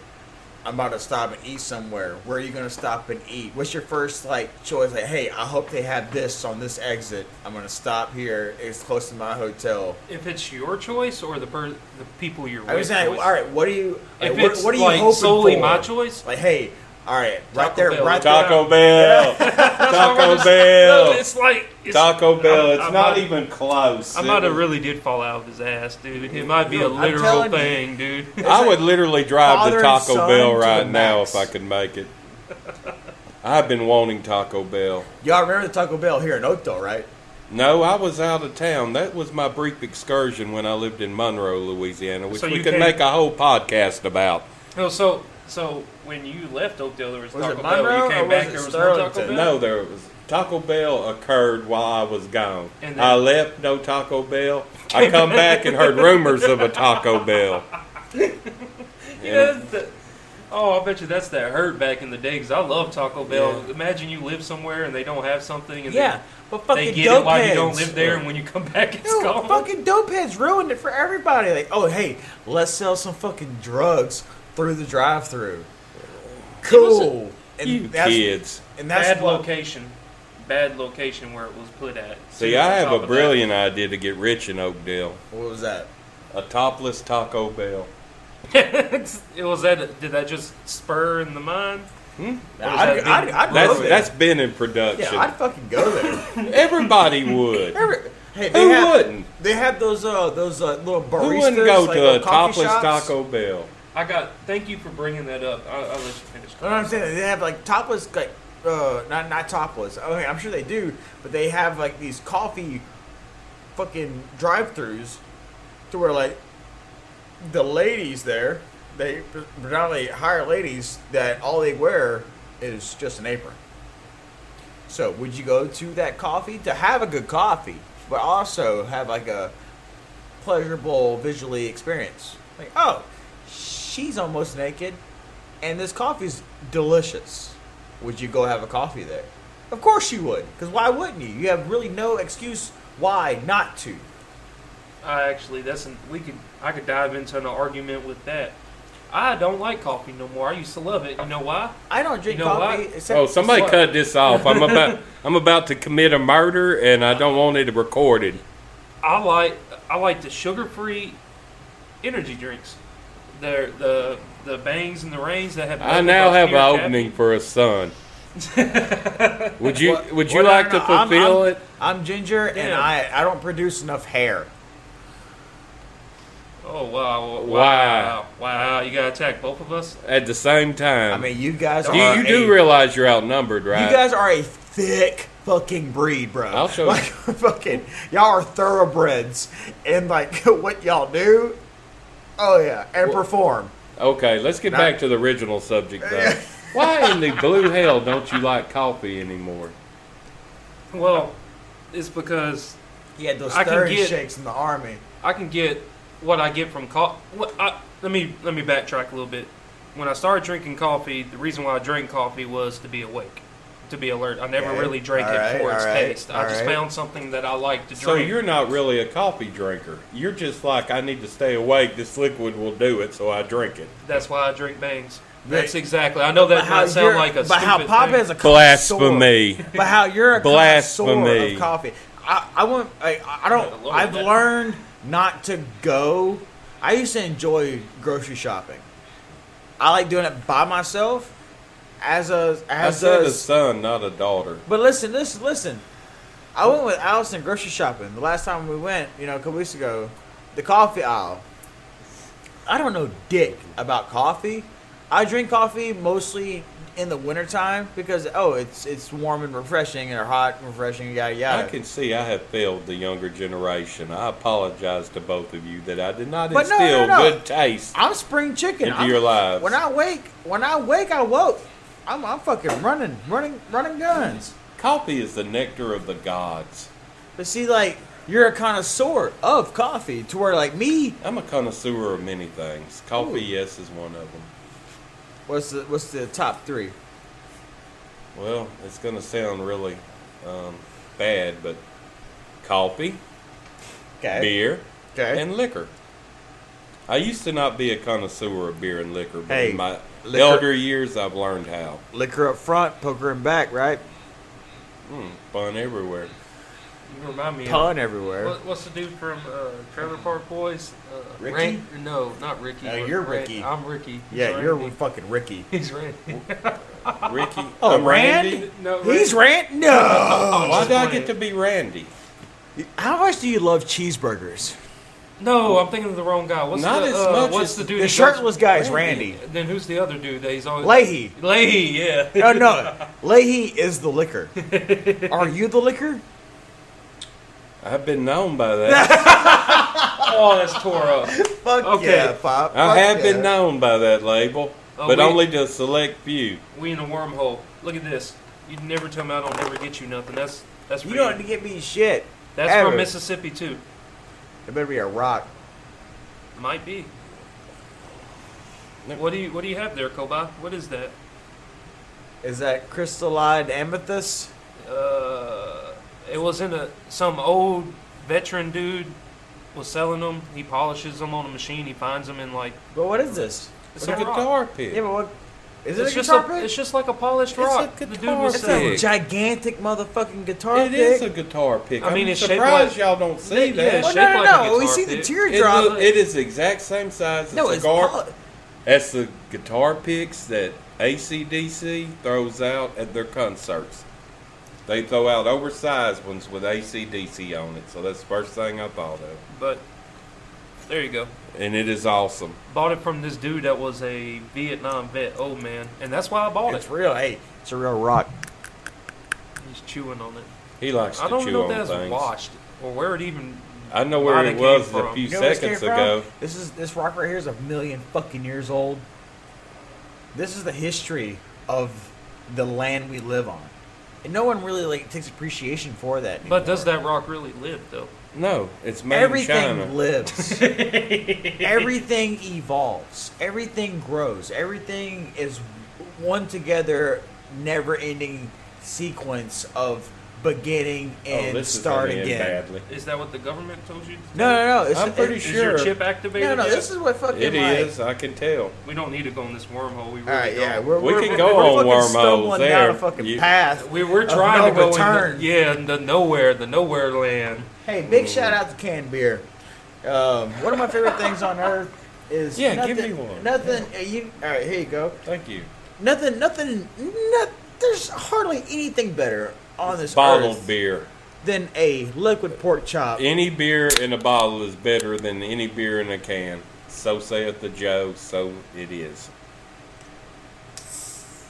S1: I'm about to stop and eat somewhere. Where are you gonna stop and eat? What's your first like choice? Like, hey, I hope they have this on this exit. I'm gonna stop here. It's close to my hotel.
S3: If it's your choice or the per- the people you're
S1: I
S3: with.
S1: was like,
S3: choice.
S1: all right, what do you?
S3: If
S1: like, what,
S3: it's
S1: what are you
S3: like
S1: hoping
S3: solely
S1: for?
S3: my choice,
S1: Like, hey, all right, right
S3: Taco
S1: there,
S3: Bell.
S1: right there.
S2: Taco Bell.
S3: That's why we're
S2: Taco
S3: just-
S2: Bell.
S3: No, It's like it's,
S2: Taco Bell.
S3: I-
S2: It's
S3: I
S2: not
S3: might-
S2: even close.
S3: I
S2: It
S3: might have
S2: was-
S3: really did fall out of his ass, dude. It might be a
S1: Dude, I'm
S3: literal
S1: telling you.
S3: thing, dude.
S2: I would literally drive
S1: father
S2: to
S1: and
S2: Taco
S1: son
S2: Bell
S1: to the
S2: right now if I
S1: max.
S2: could make it. I've been wanting Taco Bell.
S1: Y'all remember the Taco Bell here in Oakdale, right?
S2: No, I was out of town. That was my brief excursion when I lived in Monroe, Louisiana, which
S3: So
S2: we
S3: you
S2: could
S3: came-
S2: make a whole podcast about.
S3: No, so so when you left Oakdale, there was,
S1: Was
S3: Taco
S1: it
S3: Bell. When
S1: Monroe
S3: you
S1: or
S3: came
S1: was
S3: back,
S1: it
S3: there was no Taco Bell.
S1: Sterlington?
S2: No, there was Taco Bell occurred while I was gone.
S3: And
S2: I
S3: then-
S2: left no Taco Bell. I come back and heard rumors of a Taco Bell.
S3: You know, that's the- oh, I bet you that's that hurt back in the day because I love Taco Bell.
S1: Yeah.
S3: Imagine you live somewhere and they don't have something, and
S1: Yeah, but
S3: they,
S1: fucking
S3: they get
S1: dope
S3: it while you
S1: heads.
S3: don't live there, and when you come back, it's
S1: Dude,
S3: gone.
S1: fucking dopeheads ruined it for everybody. Like, oh hey, let's sell some fucking drugs through the drive-through. Cool. And
S2: you
S1: that's
S2: kids.
S1: and that's
S3: bad
S1: what-
S3: location, bad location where it was put at.
S2: See,
S3: Too, on
S2: I have
S3: top
S2: a
S3: of that.
S2: brilliant idea to get rich in Oakdale.
S1: What was that?
S2: A topless Taco Bell.
S3: it was that. Did that just spur in the mind?
S2: Hmm?
S3: What does
S1: I'd,
S3: that
S1: I'd,
S3: mean?
S1: I'd
S2: That's
S1: love it.
S2: that's been in
S1: yeah,
S2: production.
S1: I'd fucking go there.
S2: Everybody would.
S1: Every- hey, they
S2: Who
S1: have,
S2: wouldn't?
S1: They have those uh those uh, little baristas.
S2: Who wouldn't go
S1: like,
S2: to
S1: little
S2: a
S1: coffee
S2: topless
S1: shops.
S2: Taco Bell?
S3: I got. Thank you for bringing that up. I, I'll let you finish.
S1: You know what I'm saying? They have like topless, like uh, not not topless. Okay, I'm sure they do, but they have like these coffee, fucking drive-throughs, to where like the ladies there, they predominantly hire ladies that all they wear is just an apron. So would you go to that coffee to have a good coffee, but also have like a pleasurable visually experience? Like, oh, she's almost naked, and this coffee's delicious. Would you go have a coffee there? Of course you would, because why wouldn't you? You have really no excuse why not to.
S3: I actually, that's an, we could I could dive into an argument with that. I don't like coffee no more. I used to love it. You know why?
S1: I don't drink
S3: You know
S1: coffee.
S3: what?
S1: Except
S2: Oh, somebody
S3: what?
S2: cut this off. I'm about I'm about to commit a murder, and I don't want it recorded.
S3: I like I like the sugar-free energy drinks. They're the the bangs and the rains that have.
S2: I
S3: nothing
S2: now
S3: but
S2: have
S3: pure
S2: an
S3: caffeine.
S2: opening for a son. Would you
S1: What-
S2: Would
S1: whether
S2: you
S1: or
S2: like to
S1: not- I'm-
S2: fulfill
S1: I'm-
S2: it?
S1: I'm ginger, and
S3: Damn.
S1: I I don't produce enough hair.
S3: Oh wow! Wow!
S2: Wow.
S3: Wow! You gotta attack both of us.
S2: at the same time.
S1: I mean, you guys
S2: you,
S1: are
S2: you
S1: a-
S2: do realize you're outnumbered,
S1: you
S2: right?
S1: guys are a thick fucking breed, bro.
S2: I'll show you.
S1: like, Fucking y'all are thoroughbreds, and like what y'all do. Oh yeah, and perform.
S2: okay, let's get
S1: Not-
S2: back to the original subject though. Why in the blue hell don't you like coffee anymore?
S3: Well, it's because
S1: He had those
S3: I can
S1: stirring
S3: get-
S1: shakes in the army.
S3: I can get what I get from coffee. I, let me let me backtrack a little bit. When I started drinking coffee, the reason why I drank coffee was to be awake, to be alert. I never
S1: Okay.
S3: really drank
S1: All
S3: it
S1: right,
S3: for its
S1: all right,
S3: taste. I
S1: all
S3: just
S1: right.
S3: found something that I like to drink.
S2: So you're not really a coffee drinker. You're just like I need to stay awake. This liquid will do it, so I drink it.
S3: That's why I drink bangs.
S1: But-
S3: That's exactly. I know that
S1: But how
S3: might sound
S1: you're-
S3: like a
S1: but how
S3: stupid
S1: Papa
S3: thing.
S1: is a connoisseur.
S2: Blasphemy.
S1: But how you're a connoisseur
S2: Blasphemy.
S1: of coffee. I, I want. I, I
S3: Yeah,
S1: don't.
S3: Lord,
S1: I've
S3: that-
S1: learned not to go. I used to enjoy grocery shopping. I like doing it by myself. As a
S2: I
S1: as
S2: said a
S1: a.
S2: son, not a daughter.
S1: But listen, listen, listen. I went with Allison grocery shopping the last time we went, you know, a couple weeks ago. The coffee aisle. I don't know dick about coffee. I drink coffee mostly in the wintertime because oh, it's it's warm and refreshing and hot and refreshing yada
S2: I
S1: yada.
S2: can see I have failed the younger generation. I apologize to both of you that I did not
S1: But no, no,
S2: instill
S1: no.
S2: good taste
S1: I'm spring chicken.
S2: into
S1: I'm-
S2: your lives.
S1: When I wake, when I wake, I woke. I'm, I'm fucking running, running, running guns.
S2: Coffee is the nectar of the gods.
S1: But see, like you're a connoisseur of coffee, to where like me,
S2: I'm a connoisseur of many things. Coffee, yes, is one of them.
S1: what's the what's the top three?
S2: Well, it's going to sound really um, bad, but coffee,
S1: Okay.
S2: beer,
S1: Okay.
S2: and liquor. I used to not be a connoisseur of beer and liquor, but
S1: Hey,
S2: in my
S1: liquor-
S2: elder years, I've learned how.
S1: Liquor up front, poker in back, right?
S2: Mm, fun everywhere.
S3: You remind me. Of,
S1: Pun everywhere.
S3: what, what's the dude from uh, Trailer Park Boys? Uh,
S1: Ricky?
S3: Ran- no, not Ricky.
S1: No,
S3: but
S1: you're
S3: Ran-
S1: Ricky.
S3: I'm Ricky. He's
S1: yeah, you're
S3: Randy.
S1: fucking Ricky.
S3: He's Randy.
S2: Ricky.
S1: Oh,
S2: I'm Randy.
S1: Randy?
S3: no,
S1: He's
S3: Randy.
S1: rant. No.
S2: Why
S3: just
S2: did I
S3: playing.
S2: get to be Randy?
S1: How much do you love cheeseburgers?
S3: No, I'm thinking of the wrong guy. What's
S2: Not
S3: the,
S2: as
S3: uh,
S2: much
S3: What's
S2: as
S3: the dude?
S1: The
S3: that goes-
S1: shirtless guy is
S2: Randy.
S1: Randy.
S3: Then who's the other dude that he's always?
S1: Leahy.
S3: Leahy. Yeah.
S1: No, no. Leahy is the liquor. Are you the liquor?
S2: I've been known by that.
S3: oh, that's tore up.
S1: Fuck
S3: Okay.
S1: yeah, Pop.
S2: I
S1: Fuck
S2: have
S1: yeah.
S2: been known by that label,
S3: Oh,
S2: but
S3: we-
S2: only to a select few.
S3: We in a wormhole. Look at this. You never tell me I don't ever get you nothing. That's that's
S1: You
S3: for
S1: don't have to get me shit.
S3: That's
S1: ever.
S3: from Mississippi too.
S1: It better be a rock.
S3: Might be. What do you What do you have there, Koba? What is that?
S1: Is that crystalline amethyst?
S3: Uh, it was in a some old veteran dude was selling them. He polishes them on a machine. He finds them in like
S1: But what is this?
S2: It's
S3: It's a
S2: a
S3: rock.
S2: guitar pick.
S1: Yeah, but what? Is it
S3: it's
S1: a
S3: just
S1: guitar
S3: a,
S1: pick?
S3: it's just like a polished
S2: It's a
S3: rock. the dude
S2: guitar
S3: was
S2: pick.
S1: It's
S3: selling.
S1: a
S2: big.
S1: gigantic motherfucking guitar
S2: It
S1: pick.
S2: is a guitar pick.
S3: I
S2: I
S3: mean,
S2: mean, I'm
S3: it's shaped
S2: surprised
S3: like-
S2: y'all don't see
S3: Yeah,
S2: that.
S1: well,
S3: shaped
S1: no, no,
S3: like a
S1: no. We
S3: guitar
S1: see the
S3: pick.
S2: It,
S1: teardrop.
S2: look, it is the exact same size as
S1: no,
S2: the
S1: it's
S2: cigar.
S1: pol-
S2: That's the guitar picks that ACDC throws out at their concerts. They throw out oversized ones with ACDC on it, so that's the first thing I thought of.
S3: But there you go.
S2: And it is awesome.
S3: Bought it from this dude that was a Vietnam vet, old man, and that's why I bought
S1: It's
S3: it.
S1: real. Hey, it's a real rock.
S3: He's chewing on it.
S2: He likes
S3: I
S2: to
S3: don't
S2: chew
S3: know if
S2: on
S3: that's
S2: things.
S3: washed or where it even.
S2: I know where
S3: Why
S2: it
S3: they
S2: was
S3: came
S2: a
S3: from.
S2: few
S1: You know where this
S2: seconds
S1: came from?
S2: ago.
S1: This is this rock right here is a million fucking years old. This is the history of the land we live on, and no one really like takes appreciation for that. Anymore.
S3: But does that rock really live though?
S2: No, it's made
S1: Everything
S2: in China.
S1: lives. everything evolves. Everything grows. Everything is one together, never-ending sequence of beginning
S2: oh,
S1: and
S2: this is
S1: start
S2: gonna end
S1: again.
S2: badly.
S3: Is that what the government told you? To
S1: No,
S3: do?
S1: no, no. It's,
S2: I'm pretty
S3: Is
S1: it-
S2: Sure.
S3: your chip activated?
S1: No, no.
S3: yet?
S1: This is what fucking.
S2: It
S1: like,
S2: is. I can tell.
S3: We don't need to go on this wormhole. We really
S1: All right,
S3: don't.
S1: yeah, we're,
S2: We
S1: we're,
S2: can go
S1: we're
S2: on
S1: fucking
S2: wormholes
S1: stumbling down
S2: there.
S1: a fucking
S2: You-
S1: path.
S3: we were
S1: of
S3: trying
S1: no
S3: to go
S1: return.
S3: in the, yeah, in the nowhere, the nowhere land.
S1: Hey, big shout out to canned beer. Um, one of my favorite things on earth is
S2: Yeah,
S1: nothing,
S2: give me one.
S1: Nothing. uh, You all right? Here you go.
S2: Thank you.
S1: Nothing. Nothing. No, there's hardly anything better on this
S2: Bottled
S1: earth
S2: beer.
S1: than a liquid pork chop.
S2: Any beer in a bottle is better than any beer in a can. So saith the Joe, so it is.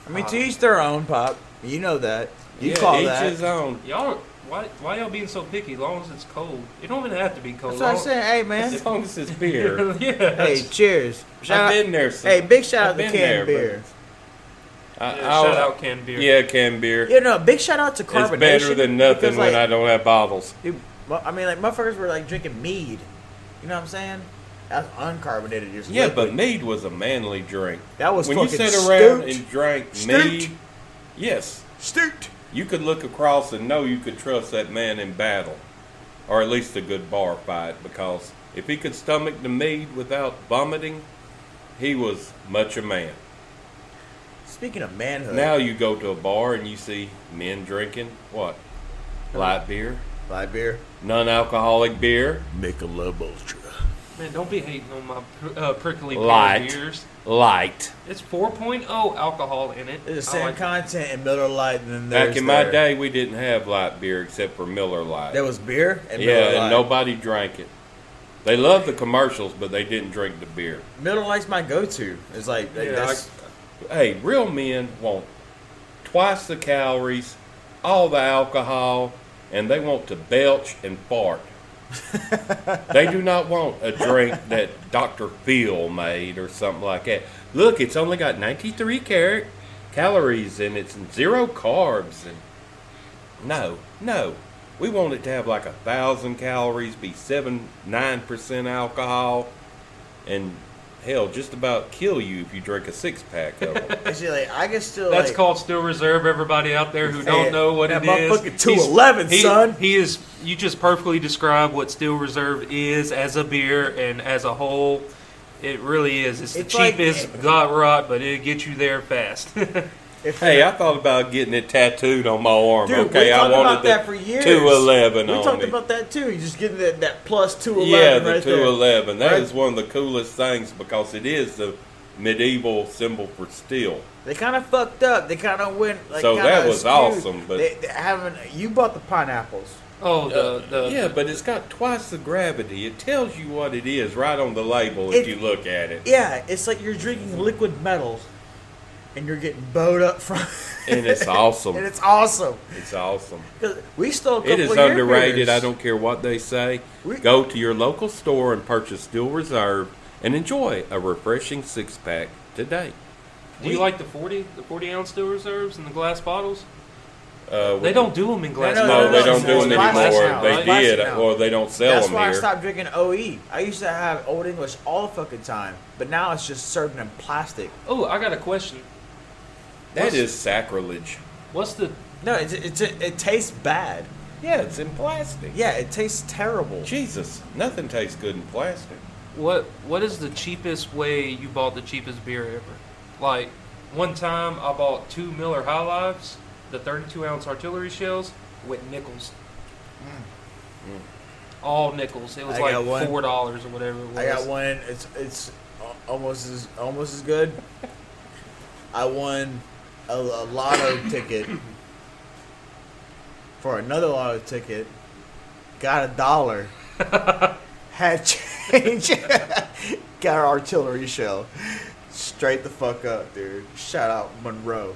S1: I mean, to each their own, pop. You know that. You
S2: yeah,
S1: call
S2: each
S1: that.
S2: his own.
S3: Y'all, why, why y'all being so picky? Long as it's cold, it don't even have to be cold.
S1: That's what I'm saying. Hey, man.
S2: As long as it's beer.
S3: yeah.
S1: hey, cheers. Shout
S2: I've
S1: out,
S2: been there. Since,
S1: hey, big shout out
S2: I've
S1: to
S2: been
S1: canned
S2: there, but
S1: beer.
S2: I,
S3: yeah, shout
S2: I-
S3: out canned beer.
S2: Yeah, canned beer.
S1: You know, big shout out to carbonation.
S2: it's better than nothing
S1: because,
S2: when I
S1: like,
S2: don't have bottles.
S1: dude, mu- I mean, like motherfuckers were like drinking mead. You know what I'm saying? That's uncarbonated. Just
S2: Yeah,
S1: liquid.
S2: but mead was a manly drink.
S1: that was
S2: when you
S1: fucking
S2: sat around
S1: stooped,
S2: and drank
S1: Stooped.
S2: mead, yes,
S1: stooped.
S2: you could look across and know you could trust that man in battle, or at least a good bar fight, because if he could stomach the mead without vomiting, he was much a man.
S1: Speaking of manhood,
S2: Now you go to a bar and you see men drinking what? Light beer,
S1: light beer,
S2: non alcoholic beer,
S1: Michelob Ultra.
S3: Man, don't be hating on my pr- uh, prickly pear
S4: Light.
S3: beers.
S4: Light.
S3: It's 4.0 alcohol in it.
S1: It's the
S3: I
S1: same
S3: like it.
S1: content in Miller Lite than there's
S2: Back in my
S1: there.
S2: day, we didn't have light beer except for Miller Lite.
S1: There was beer and Miller
S2: yeah,
S1: Lite.
S2: and nobody drank it. They loved the commercials, but they didn't drink the beer.
S1: Miller Lite's my go-to. It's like
S3: Yeah,
S1: that's
S2: Hey, real men want twice the calories, all the alcohol, and they want to belch and fart. they do not want a drink that Dr. Phil made or something like that. Look, it's only got 93 car- calories and it's zero carbs and no, no. We want it to have like a thousand calories, be seven, nine percent alcohol, and hell, just about kill you if you drink a six pack of them.
S1: actually like, I can still.
S3: That's
S1: like,
S3: called Steel Reserve. Everybody out there who don't
S1: Hey,
S3: know what
S1: that
S3: it is,
S1: motherfucker
S3: He's-
S1: 211,
S3: he-
S1: son.
S3: He is. You just perfectly describe what Steel Reserve is as a beer and as a whole. It really is. It's the
S1: It's like-
S3: cheapest god rot, but it gets you there fast.
S1: If,
S2: hey, I thought about getting it tattooed on my arm.
S1: Dude, we
S2: okay, I
S1: talked
S2: wanted
S1: about
S2: the
S1: that for years.
S2: two eleven
S1: we
S2: on
S1: talked
S2: it.
S1: about that too. You just getting that, that plus two eleven.
S2: yeah, the
S1: right
S2: two eleven. That is
S1: Right.
S2: one of the coolest things because it is the medieval symbol for steel.
S1: There. They kind of fucked up. They kind of went. Like,
S2: So
S1: kinda
S2: that was
S1: skewed.
S2: awesome, but-
S1: they, they haven't. You bought the pineapples.
S3: oh, the, the
S2: yeah, but it's got twice the gravity. It tells you what it is right on the label if
S1: It-
S2: you look at it.
S1: Yeah, it's like you're drinking liquid metal, and you're getting bowed up from.
S2: And it's awesome.
S1: and it's awesome.
S2: It's awesome.
S1: 'Cause we stole. A couple
S2: It is
S1: of your
S2: underrated.
S1: beers.
S2: I don't care what they say.
S1: We-
S2: Go to your local store and purchase Steel Reserve and enjoy a refreshing six pack today.
S3: Do you like the forty, the forty ounce Steel Reserves and the glass bottles?
S2: Uh,
S3: They don't do them in glass.
S1: No,
S2: No,
S1: no,
S3: bottles.
S2: they
S1: no,
S2: don't
S1: it's-
S2: do
S1: it's
S2: them
S1: plastic
S2: anymore.
S1: now,
S2: they
S1: right?
S2: did,
S1: Plastic now.
S2: or they don't sell
S1: That's
S2: them
S1: why
S2: here.
S1: I stopped drinking OE. I used to have Old English all the fucking time, but now it's just served in plastic.
S3: Oh, I got a question.
S2: That is sacrilege.
S3: What's the
S1: No, it, it, it, it tastes bad.
S2: Yeah, it's in plastic.
S1: Yeah, it tastes terrible.
S2: Jesus, nothing tastes good in plastic.
S3: What What is the cheapest way you bought the cheapest beer ever? Like one time, I bought two Miller High Lives, the 32 ounce artillery shells with nickels. Mm. All nickels. It was
S1: Mm. I got
S3: like
S1: one.
S3: four dollars or whatever it was.
S1: I got one. It's it's al- almost as almost as good. I won a, a lotto ticket for another lotto ticket. Got a dollar. had change. got an artillery shell. Straight the fuck up, dude. Shout out Monroe.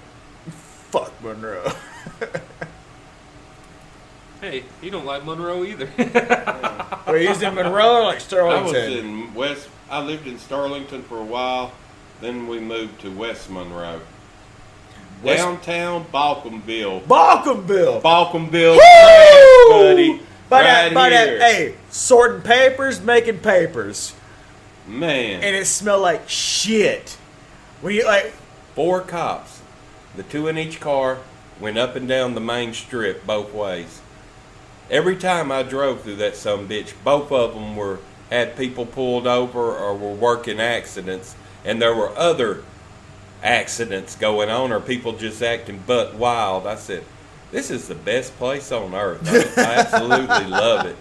S1: Fuck Monroe.
S3: Hey, you don't like Monroe either.
S1: Were you in Monroe or like
S2: I was
S1: Sterlington?
S2: in West. I lived in Starlington for a while. Then we moved to West Monroe,
S1: West-
S2: downtown Balcomville.
S1: Balkanville.
S2: Balcomville,
S1: Woo!
S2: buddy,
S1: By
S2: right
S1: that, by
S2: here.
S1: that, hey, sorting papers, making papers,
S2: man.
S1: and it smelled like shit. When you like,
S2: Four cops, the two in each car, went up and down the main strip both ways. Every time I drove through that some bitch, both of them were had people pulled over or were working accidents, and there were other accidents going on or people just acting butt wild. I said, "This is the best place on earth. I, I absolutely love it."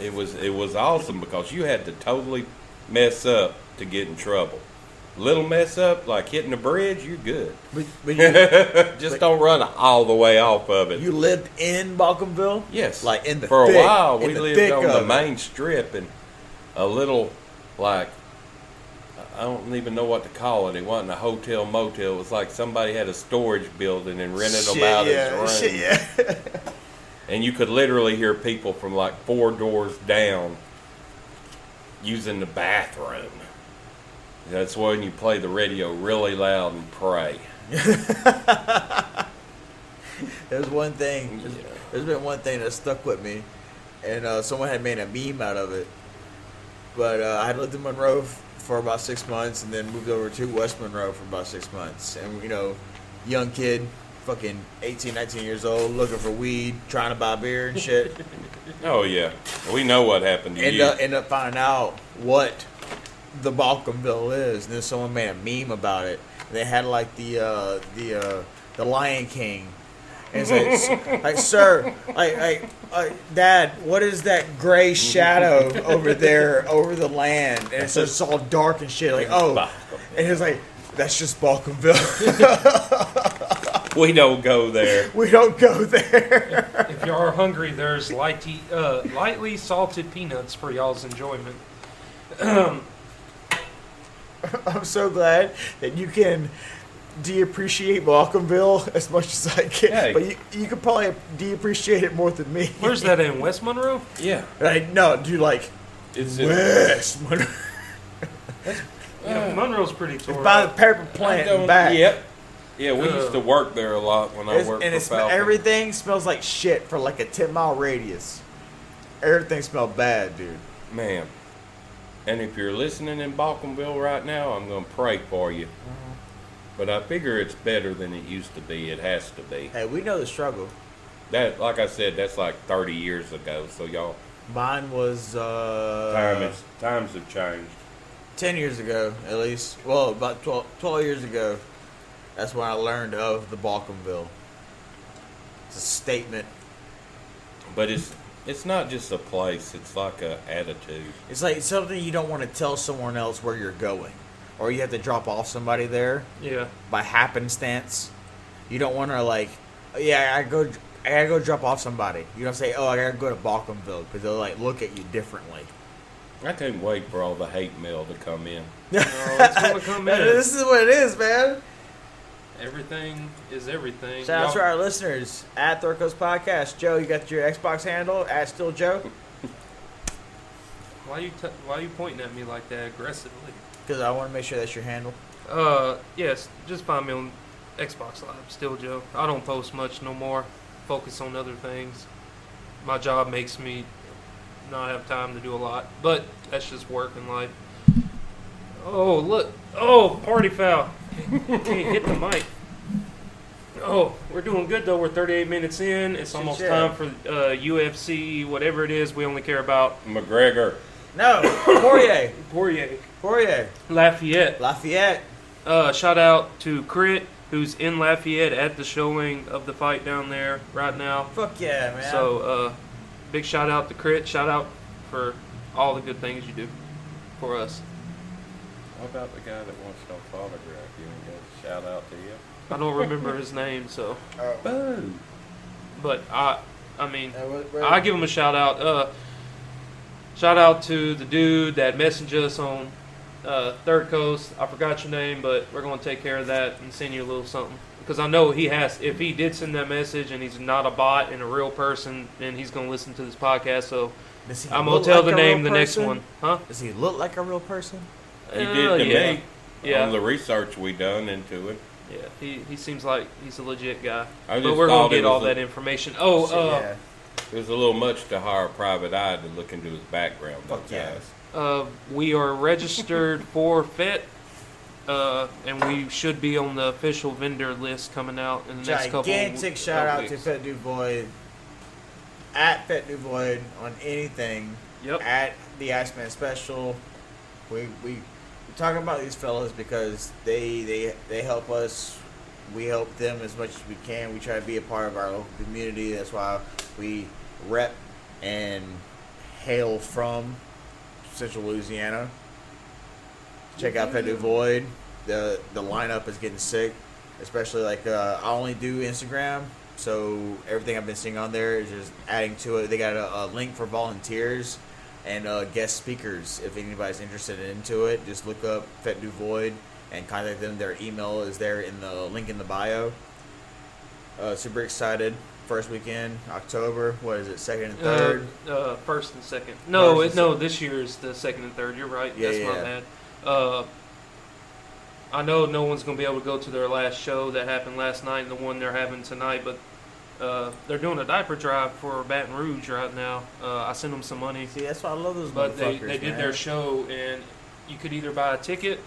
S2: It was it was awesome because you had to totally mess up to get in trouble. Little mess up like hitting a bridge, you're good.
S1: but, but you,
S2: Just don't run all the way off of it.
S1: you lived in Balkanville,
S2: yes,
S1: like in the
S2: for
S1: thick-
S2: a while
S1: in
S2: we
S1: the
S2: lived
S1: thick
S2: on the
S1: of it.
S2: main strip and a little like I don't even know what to call it. It wasn't a hotel motel. It was like somebody had a storage building and rented
S1: Shit,
S2: them out
S1: yeah,
S2: as
S1: shit,
S2: rooms.
S1: yeah.
S2: and you could literally hear people from like four doors down using the bathroom. That's when you play the radio really loud and pray.
S1: There's one thing. There's,
S2: Yeah.
S1: there's been one thing that stuck with me, and uh, someone had made a meme out of it. But uh, I had lived in Monroe f- for about six months, and then moved over to West Monroe for about six months. And you know, young kid, fucking 18, 19 years old, looking for weed, trying to buy beer and shit.
S2: Oh yeah, we know what happened to
S1: end
S2: you.
S1: up end up finding out what the Balkanville is, and then someone made a meme about it. They had like the uh, the uh, the Lion King, and say, "S- like, sir, like, like, uh, dad, what is that gray shadow over there over the land? And it's just all dark and shit. Like, oh, and he was like, that's just Balkanville.
S4: We don't go there.
S1: we don't go there.
S3: If you are hungry, there's lighty, uh, lightly salted peanuts for y'all's enjoyment.
S1: I'm so glad that you can de-appreciate Balkanville as much as I can,
S4: Yeah.
S1: but you, you could probably de-appreciate it more than me.
S3: Where's that in West Monroe?
S4: Yeah.
S1: Like, no, dude, like
S4: It's in,
S1: West Monroe.
S3: Yeah, Monroe's pretty tore
S1: by the
S3: up.
S1: paper plant and back.
S4: Yep. Yeah, we used
S3: Uh.
S4: to work there a lot when I
S1: It's-
S4: worked
S1: and
S4: for
S1: it's
S4: Falcon.
S1: everything smells like shit for like a ten mile radius. Everything smelled bad, dude.
S4: Man. And if you're listening in Balkanville right now, I'm going to pray for you.
S1: Mm-hmm.
S4: But I figure it's better than it used to be. It has to be.
S1: Hey, we know the struggle.
S4: That, like I said, that's like 30 years ago. So y'all,
S1: Mine was uh,
S4: time is, times have changed.
S1: ten years ago, at least. Well, about 12, 12 years ago. That's when I learned of the Balkanville. It's a statement.
S4: But it's it's not just a place. It's like a attitude.
S1: It's like something you don't want to tell someone else where you're going, or you have to drop off somebody there.
S3: Yeah.
S1: by happenstance. You don't want to like, oh, yeah, I go, I gotta go drop off somebody. You don't say, oh, I gotta go to Balkanville because they'll like look at you differently.
S4: I can't wait for all the hate mail to come in.
S3: No, it's gonna come
S1: Man,
S3: in.
S1: this is what it is, man.
S3: Everything is everything.
S1: Shout out to
S3: Y'all-
S1: our listeners at Thorco's Podcast. Joe, you got your Xbox handle at Still Joe
S3: Why you t- why you pointing at me like that aggressively?
S1: because I want to make sure that's your handle.
S3: Uh, yes, just find me on Xbox Live. Still Joe. I don't post much no more. Focus on other things. My job makes me not have time to do a lot, but that's just work and life. Oh look! Oh, party foul! Can't hit the mic. Oh, we're doing good though. We're 38 minutes in. It's almost
S1: Shit, yeah.
S3: time for uh, UFC, whatever it is. We only care about
S4: McGregor,
S1: No, Poirier,
S3: Poirier,
S1: Poirier,
S3: Lafayette.
S1: Lafayette.
S3: Uh, shout out to Crit, who's in Lafayette at the showing of the fight down there right now.
S1: Fuck yeah, man.
S3: So, uh, big shout out to Crit. Shout out for all the good things you do for us.
S4: how about the guy that wants no photograph? You ain't got a shout out to him.
S3: I don't remember his name, so,
S1: Oh,
S4: Boo!
S3: but I, I mean,
S1: uh, what- what-
S3: I give him a shout out. Uh, shout out to the dude that messaged us on uh, Third Coast. I forgot your name, but we're gonna take care of that and send you a little something because I know he has. If he did send that message and he's not a bot and a real person, then he's gonna listen to this podcast. So
S1: Does he
S3: I'm gonna
S1: look
S3: tell
S1: like
S3: the
S1: a
S3: name
S1: real
S3: the next
S1: person?
S3: one, huh?
S1: Does he look like a real person?
S4: He
S3: Uh,
S4: did to
S3: yeah.
S4: me
S3: Yeah,
S4: on the research we done into it.
S3: yeah. He he seems like he's a legit guy.
S4: I
S3: But
S4: just
S3: we're gonna
S4: thought it
S3: get all
S4: was a-
S3: that information. Oh,
S1: Shit,
S3: uh,
S1: yeah.
S4: It was a little much to hire a private eye to look into his background.
S1: Fuck
S4: those
S1: yeah.
S4: guys.
S3: Uh, we are registered for FIT, uh, and we should be on the official vendor list coming out in the next couple.
S1: gigantic shout out to Fat Dude Void at Fat Dude Void on anything
S3: Yep.
S1: at the Iceman Special. We we we talk about these fellas because they they they help us. We help them as much as we can. We try to be a part of our local community. That's why we rep and hail from Central Louisiana. Check out Fat Dude Void. The the lineup is getting sick especially like uh, I only do Instagram, so everything I've been seeing on there is just adding to it. They got a, a link for volunteers and uh, guest speakers if anybody's interested into it. Just look up Fet Du Void and contact them. Their email is there in the link in the bio. Uh, super excited. First weekend, October. What is it? Second and third.
S3: Uh, uh, first and second. No,
S1: First
S3: it,
S1: and
S3: no.
S1: second.
S3: This year is the second and third. You're right.
S1: Yeah,
S3: That's my
S1: yeah.
S3: bad. Uh, I know no one's gonna be able to go to their last show that happened last night and the one they're having tonight, but uh, they're doing a diaper drive for Baton Rouge right now. Uh, I sent them some money.
S1: See, that's why I love those
S3: But they,
S1: motherfuckers.
S3: they did
S1: man.
S3: their show, and you could either buy a ticket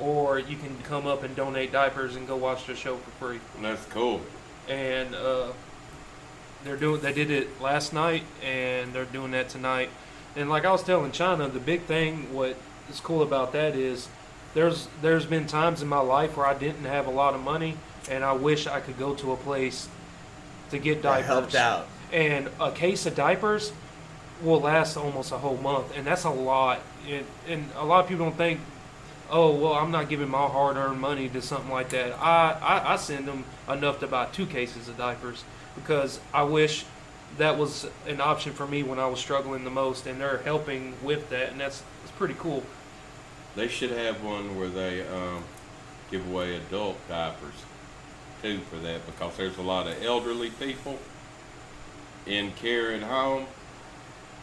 S3: or you can come up and donate diapers and go watch their show for free.
S4: And that's cool.
S3: And uh, they're doing they did it last night, and they're doing that tonight. And like I was telling China, the big thing what is cool about that is there's there's been times in my life where I didn't have a lot of money, and I wish I could go to a place to get
S1: That
S3: diapers.
S1: helped out.
S3: And a case of diapers will last almost a whole month, and that's a lot. And, and a lot of people don't think, oh, well, I'm not giving my hard-earned money to something like that. I, I, I send them enough to buy two cases of diapers because I wish that was an option for me when I was struggling the most, and they're helping with that, and that's it's pretty cool.
S2: They should have one where they um, give away adult diapers too for that because there's a lot of elderly people in care at home,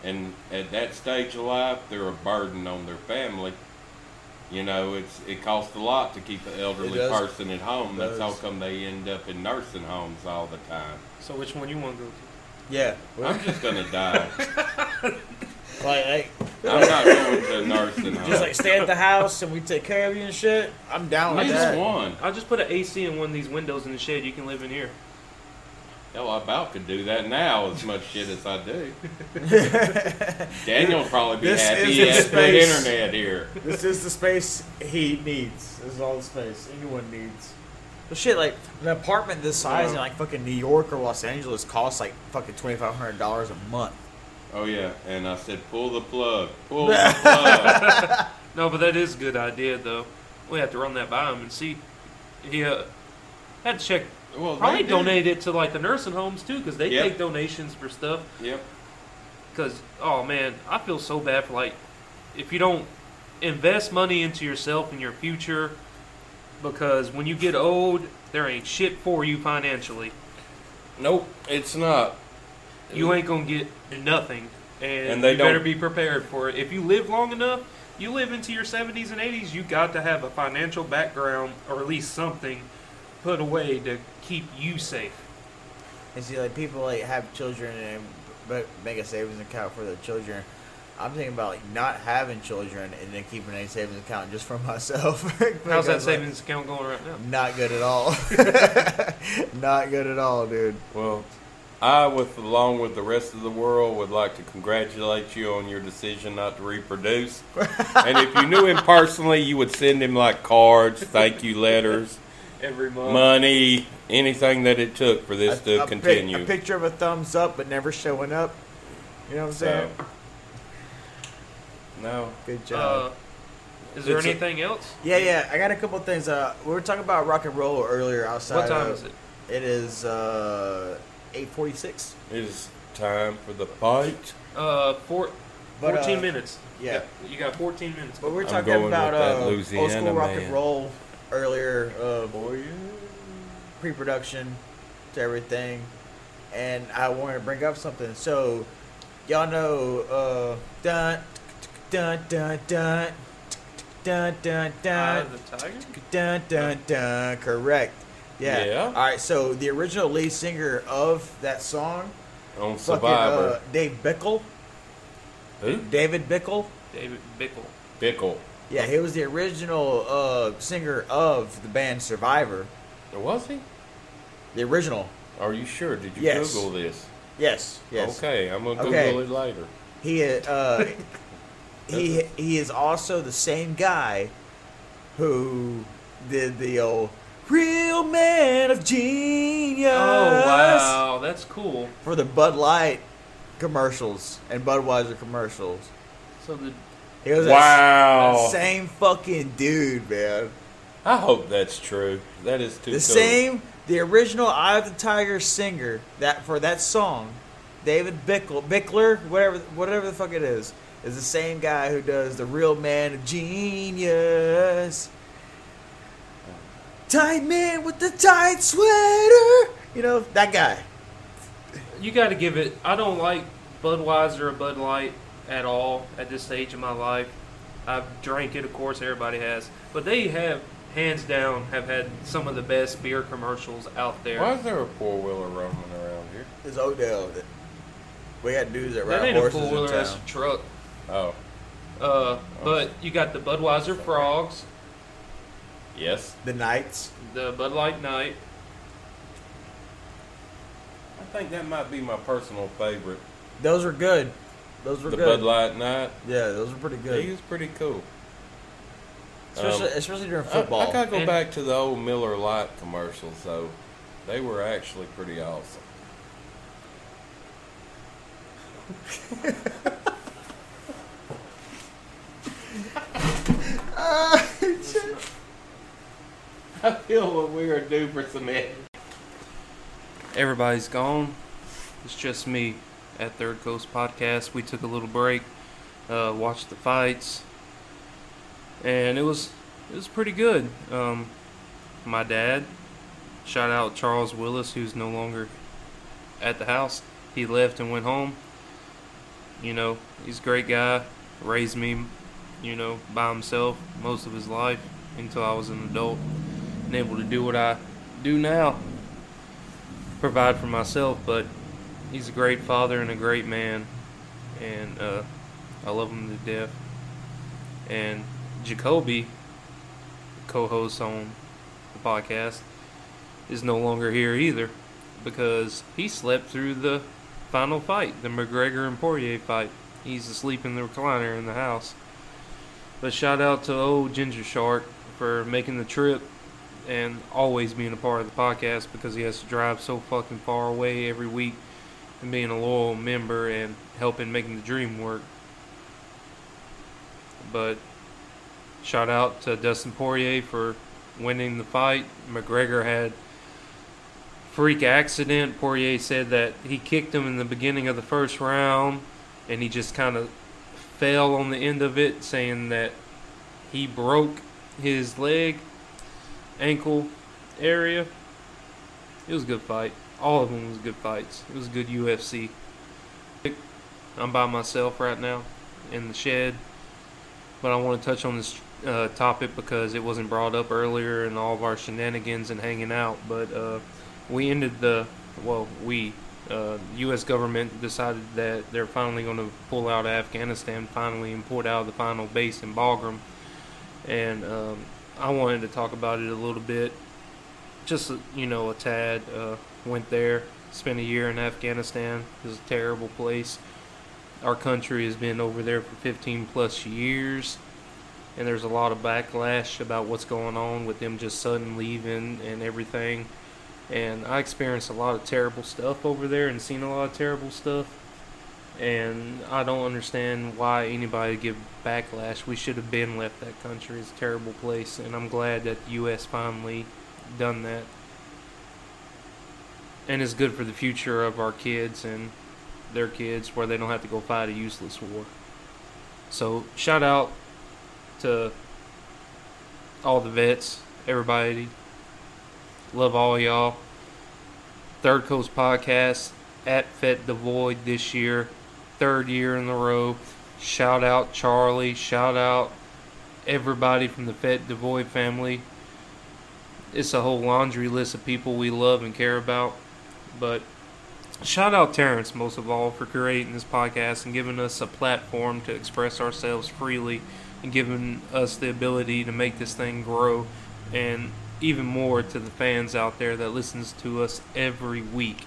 S2: and at that stage of life, they're a burden on their family. You know, it's it costs a lot to keep an elderly
S1: does.
S2: person at home.
S1: It
S2: That's how
S1: does.
S2: come they end up in nursing homes all the time.
S3: So which one you want to go to?
S1: Yeah.
S2: I'm just gonna die.
S5: Like, like,
S2: I'm not going to a nursing home.
S5: just like stay at the house and we take care of you and shit.
S1: I'm down
S2: at
S1: with
S2: least
S1: that.
S2: one.
S3: I'll just put an AC in one of these windows in the shed. You can live in here.
S2: Hell, Oh, I about could do that now as much shit as I do. Daniel will probably be
S1: This
S2: happy
S1: is
S2: he
S1: the
S2: has good
S1: space.
S2: internet here.
S1: this is the space he needs. This is all the space anyone needs. But shit, like an apartment this size in
S3: Yeah.
S1: like fucking New York or Los Angeles costs like fucking twenty five hundred dollars a month.
S2: Oh yeah, and I said pull the plug, pull the plug.
S3: No, but that is a good idea, though. We have to run that by him and see. Yeah, had to check.
S2: Well,
S3: Probably
S2: they do.
S3: donate it to like the nursing homes too, because they
S2: Oh, Yep.
S3: take donations for stuff.
S2: Yep.
S3: Because oh man, I feel so bad for like if you don't invest money into yourself and your future, because when you get old, there ain't shit for you financially.
S4: Nope, it's not.
S3: You ain't gonna get nothing, and,
S4: And they
S3: you better
S4: don't-
S3: be prepared for it. If you live long enough, you live into your seventies and eighties. You got to have a financial background, or at least something, put away to keep you safe.
S1: And see, like people like have children and but make a savings account for their children. I'm thinking about like not having children and then keeping a savings account just for myself.
S3: How's
S1: Because,
S3: that
S1: like,
S3: savings account going right now?
S1: Not good at all. not good at all, dude.
S4: Well, I, with along with the rest of the world, would like to congratulate you on your decision not to reproduce. and if you knew him personally, you would send him like cards, thank you letters,
S3: Every month.
S4: money, anything that it took for this
S1: A-
S4: to
S1: a pic-
S4: continue.
S1: a picture of a thumbs up, but never showing up. You know what I'm saying?
S4: So, no,
S1: Good job.
S3: Uh, is there
S4: It's a-
S3: anything else?
S1: yeah, yeah. I got a couple things. Uh, we were talking about rock and roll earlier outside.
S3: What time
S1: of-
S3: is it?
S1: It is uh, 8:46.
S4: it is time for the fight.
S3: Uh, four,
S1: But,
S3: 14
S1: uh,
S3: minutes.
S1: Yeah.
S3: You got 14 minutes.
S1: But we're
S4: I'm
S1: talking
S4: going
S1: about
S4: with that
S1: uh, old
S4: Louisiana
S1: school rock and
S4: man.
S1: roll earlier. Uh, pre-production to everything, and I wanted to bring up something. So, y'all know, uh, dun dun dun dun dun dun
S3: Eye
S1: dun
S3: of the Tiger?
S1: dun dun dun. Correct. Yeah.
S4: Yeah.
S1: All right. So the original lead singer of that song,
S4: On
S1: fucking
S4: Survivor.
S1: uh, Dave Bickle,
S4: Who?
S1: David Bickle.
S3: David Bickle.
S4: Bickle.
S1: Yeah, he was the original uh, singer of the band Survivor.
S4: Was he?
S1: The original.
S4: Are you sure? Did you
S1: Yes.
S4: Google this?
S1: Yes. Yes.
S4: Okay, I'm gonna
S1: Okay.
S4: Google it later.
S1: He uh, he he is also the same guy who did the old "Real Man of Genius"
S3: Oh, wow. That's cool.
S1: for the Bud Light commercials and Budweiser commercials.
S3: So the
S1: He was that s-
S4: wow.
S1: that same fucking dude, man.
S4: I hope that's true. That is too
S1: The
S4: cool.
S1: same, the original "Eye of the Tiger" singer that for that song, David Bickle, Bickler, whatever, whatever the fuck it is, is the same guy who does the Real Man of Genius. Tight man with the tight sweater, you know that guy.
S3: You got to give it. I don't like Budweiser or Bud Light at all at this stage of my life. I've drank it, of course, everybody has. But they have, hands down, have had some of the best beer commercials out there.
S4: Why is there a four wheeler roaming around here?
S1: It's Odell. We got dudes that
S3: That
S1: ride
S3: ain't a
S1: horses
S3: four
S1: in
S3: wheeler, that's
S1: town.
S3: a truck.
S4: Oh,
S3: Uh, but you got the Budweiser Frogs,
S4: yes.
S1: The Knights.
S3: the Bud Light Night.
S4: I think that might be my personal favorite.
S1: Those were good. Those were
S4: the
S1: good.
S4: Bud Light Night.
S1: Yeah, those were pretty
S4: He
S1: good.
S4: was pretty cool.
S1: Especially,
S4: Um,
S1: especially during
S4: I,
S1: football.
S4: I gotta go
S3: And-
S4: back to the old Miller Light commercials though. They were actually pretty awesome.
S2: I feel what we are due for some editing.
S3: Everybody's gone. It's just me at Third Coast Podcast. We took a little break, uh, watched the fights, and it was it was pretty good. Um, my dad, shout out Charles Willis, who's no longer at the house. He left and went home. You know, he's a great guy. Raised me, you know, by himself most of his life until I was an adult and able to do what I do now provide for myself, but he's a great father and a great man, and uh, I love him to death. And Jacoby, co-host on the podcast, is no longer here either because he slept through the final fight, the McGregor and Poirier fight. He's asleep in the recliner in the house. But shout out to old Ginger Shark for making the trip and always being a part of the podcast because he has to drive so fucking far away every week and being a loyal member and helping making the dream work. But shout out to Dustin Poirier for winning the fight. McGregor had freak accident. Poirier said that he kicked him in the beginning of the first round and he just kind of fell on the end of it saying that he broke his leg ankle area. It was a good fight. All of them was good fights. It was good UFC. I'm by myself right now in the shed, but I want to touch on this uh, topic because it wasn't brought up earlier in all of our shenanigans and hanging out. But uh, we ended the well, we uh, U.S. government decided that they're finally going to pull out of Afghanistan finally and pulled out of the final base in Bagram, and um, I wanted to talk about it a little bit. Just you know, a tad uh, went there, spent a year in Afghanistan. It was a terrible place. Our country has been over there for 15 plus years, and there's a lot of backlash about what's going on with them just sudden leaving and everything. And I experienced a lot of terrible stuff over there and seen a lot of terrible stuff. And I don't understand why anybody would give backlash. We should have been left that country. It's a terrible place, and I'm glad that the U.S. finally done that. And it's good for the future of our kids and their kids, where they don't have to go fight a useless war. So shout out to all the vets, everybody. Love all y'all. Third Coast Podcast at Fed the Void this year, third year in a row. Shout out Charlie. Shout out everybody from the Fed the Void family. It's a whole laundry list of people we love and care about. But shout out Terrence most of all for creating this podcast and giving us a platform to express ourselves freely and giving us the ability to make this thing grow and even more to the fans out there that listens to us every week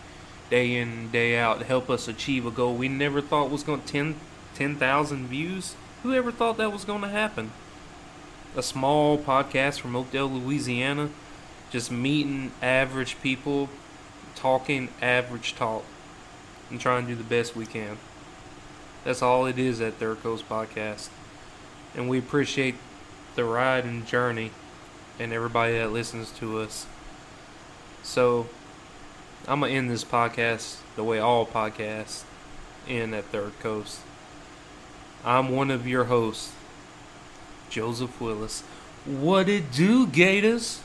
S3: day in and day out to help us achieve a goal we never thought was going to 10 10,000 views. Who ever thought that was going to happen? A small podcast from Oakdale, Louisiana, just meeting average people, talking average talk, and trying to do the best we can. That's all it is at Third Coast Podcast. And we appreciate the ride and journey and everybody that listens to us. So, I'm gonna end this podcast the way all podcasts end at Third Coast. I'm one of your hosts, Joseph Willis. What it do, Gators?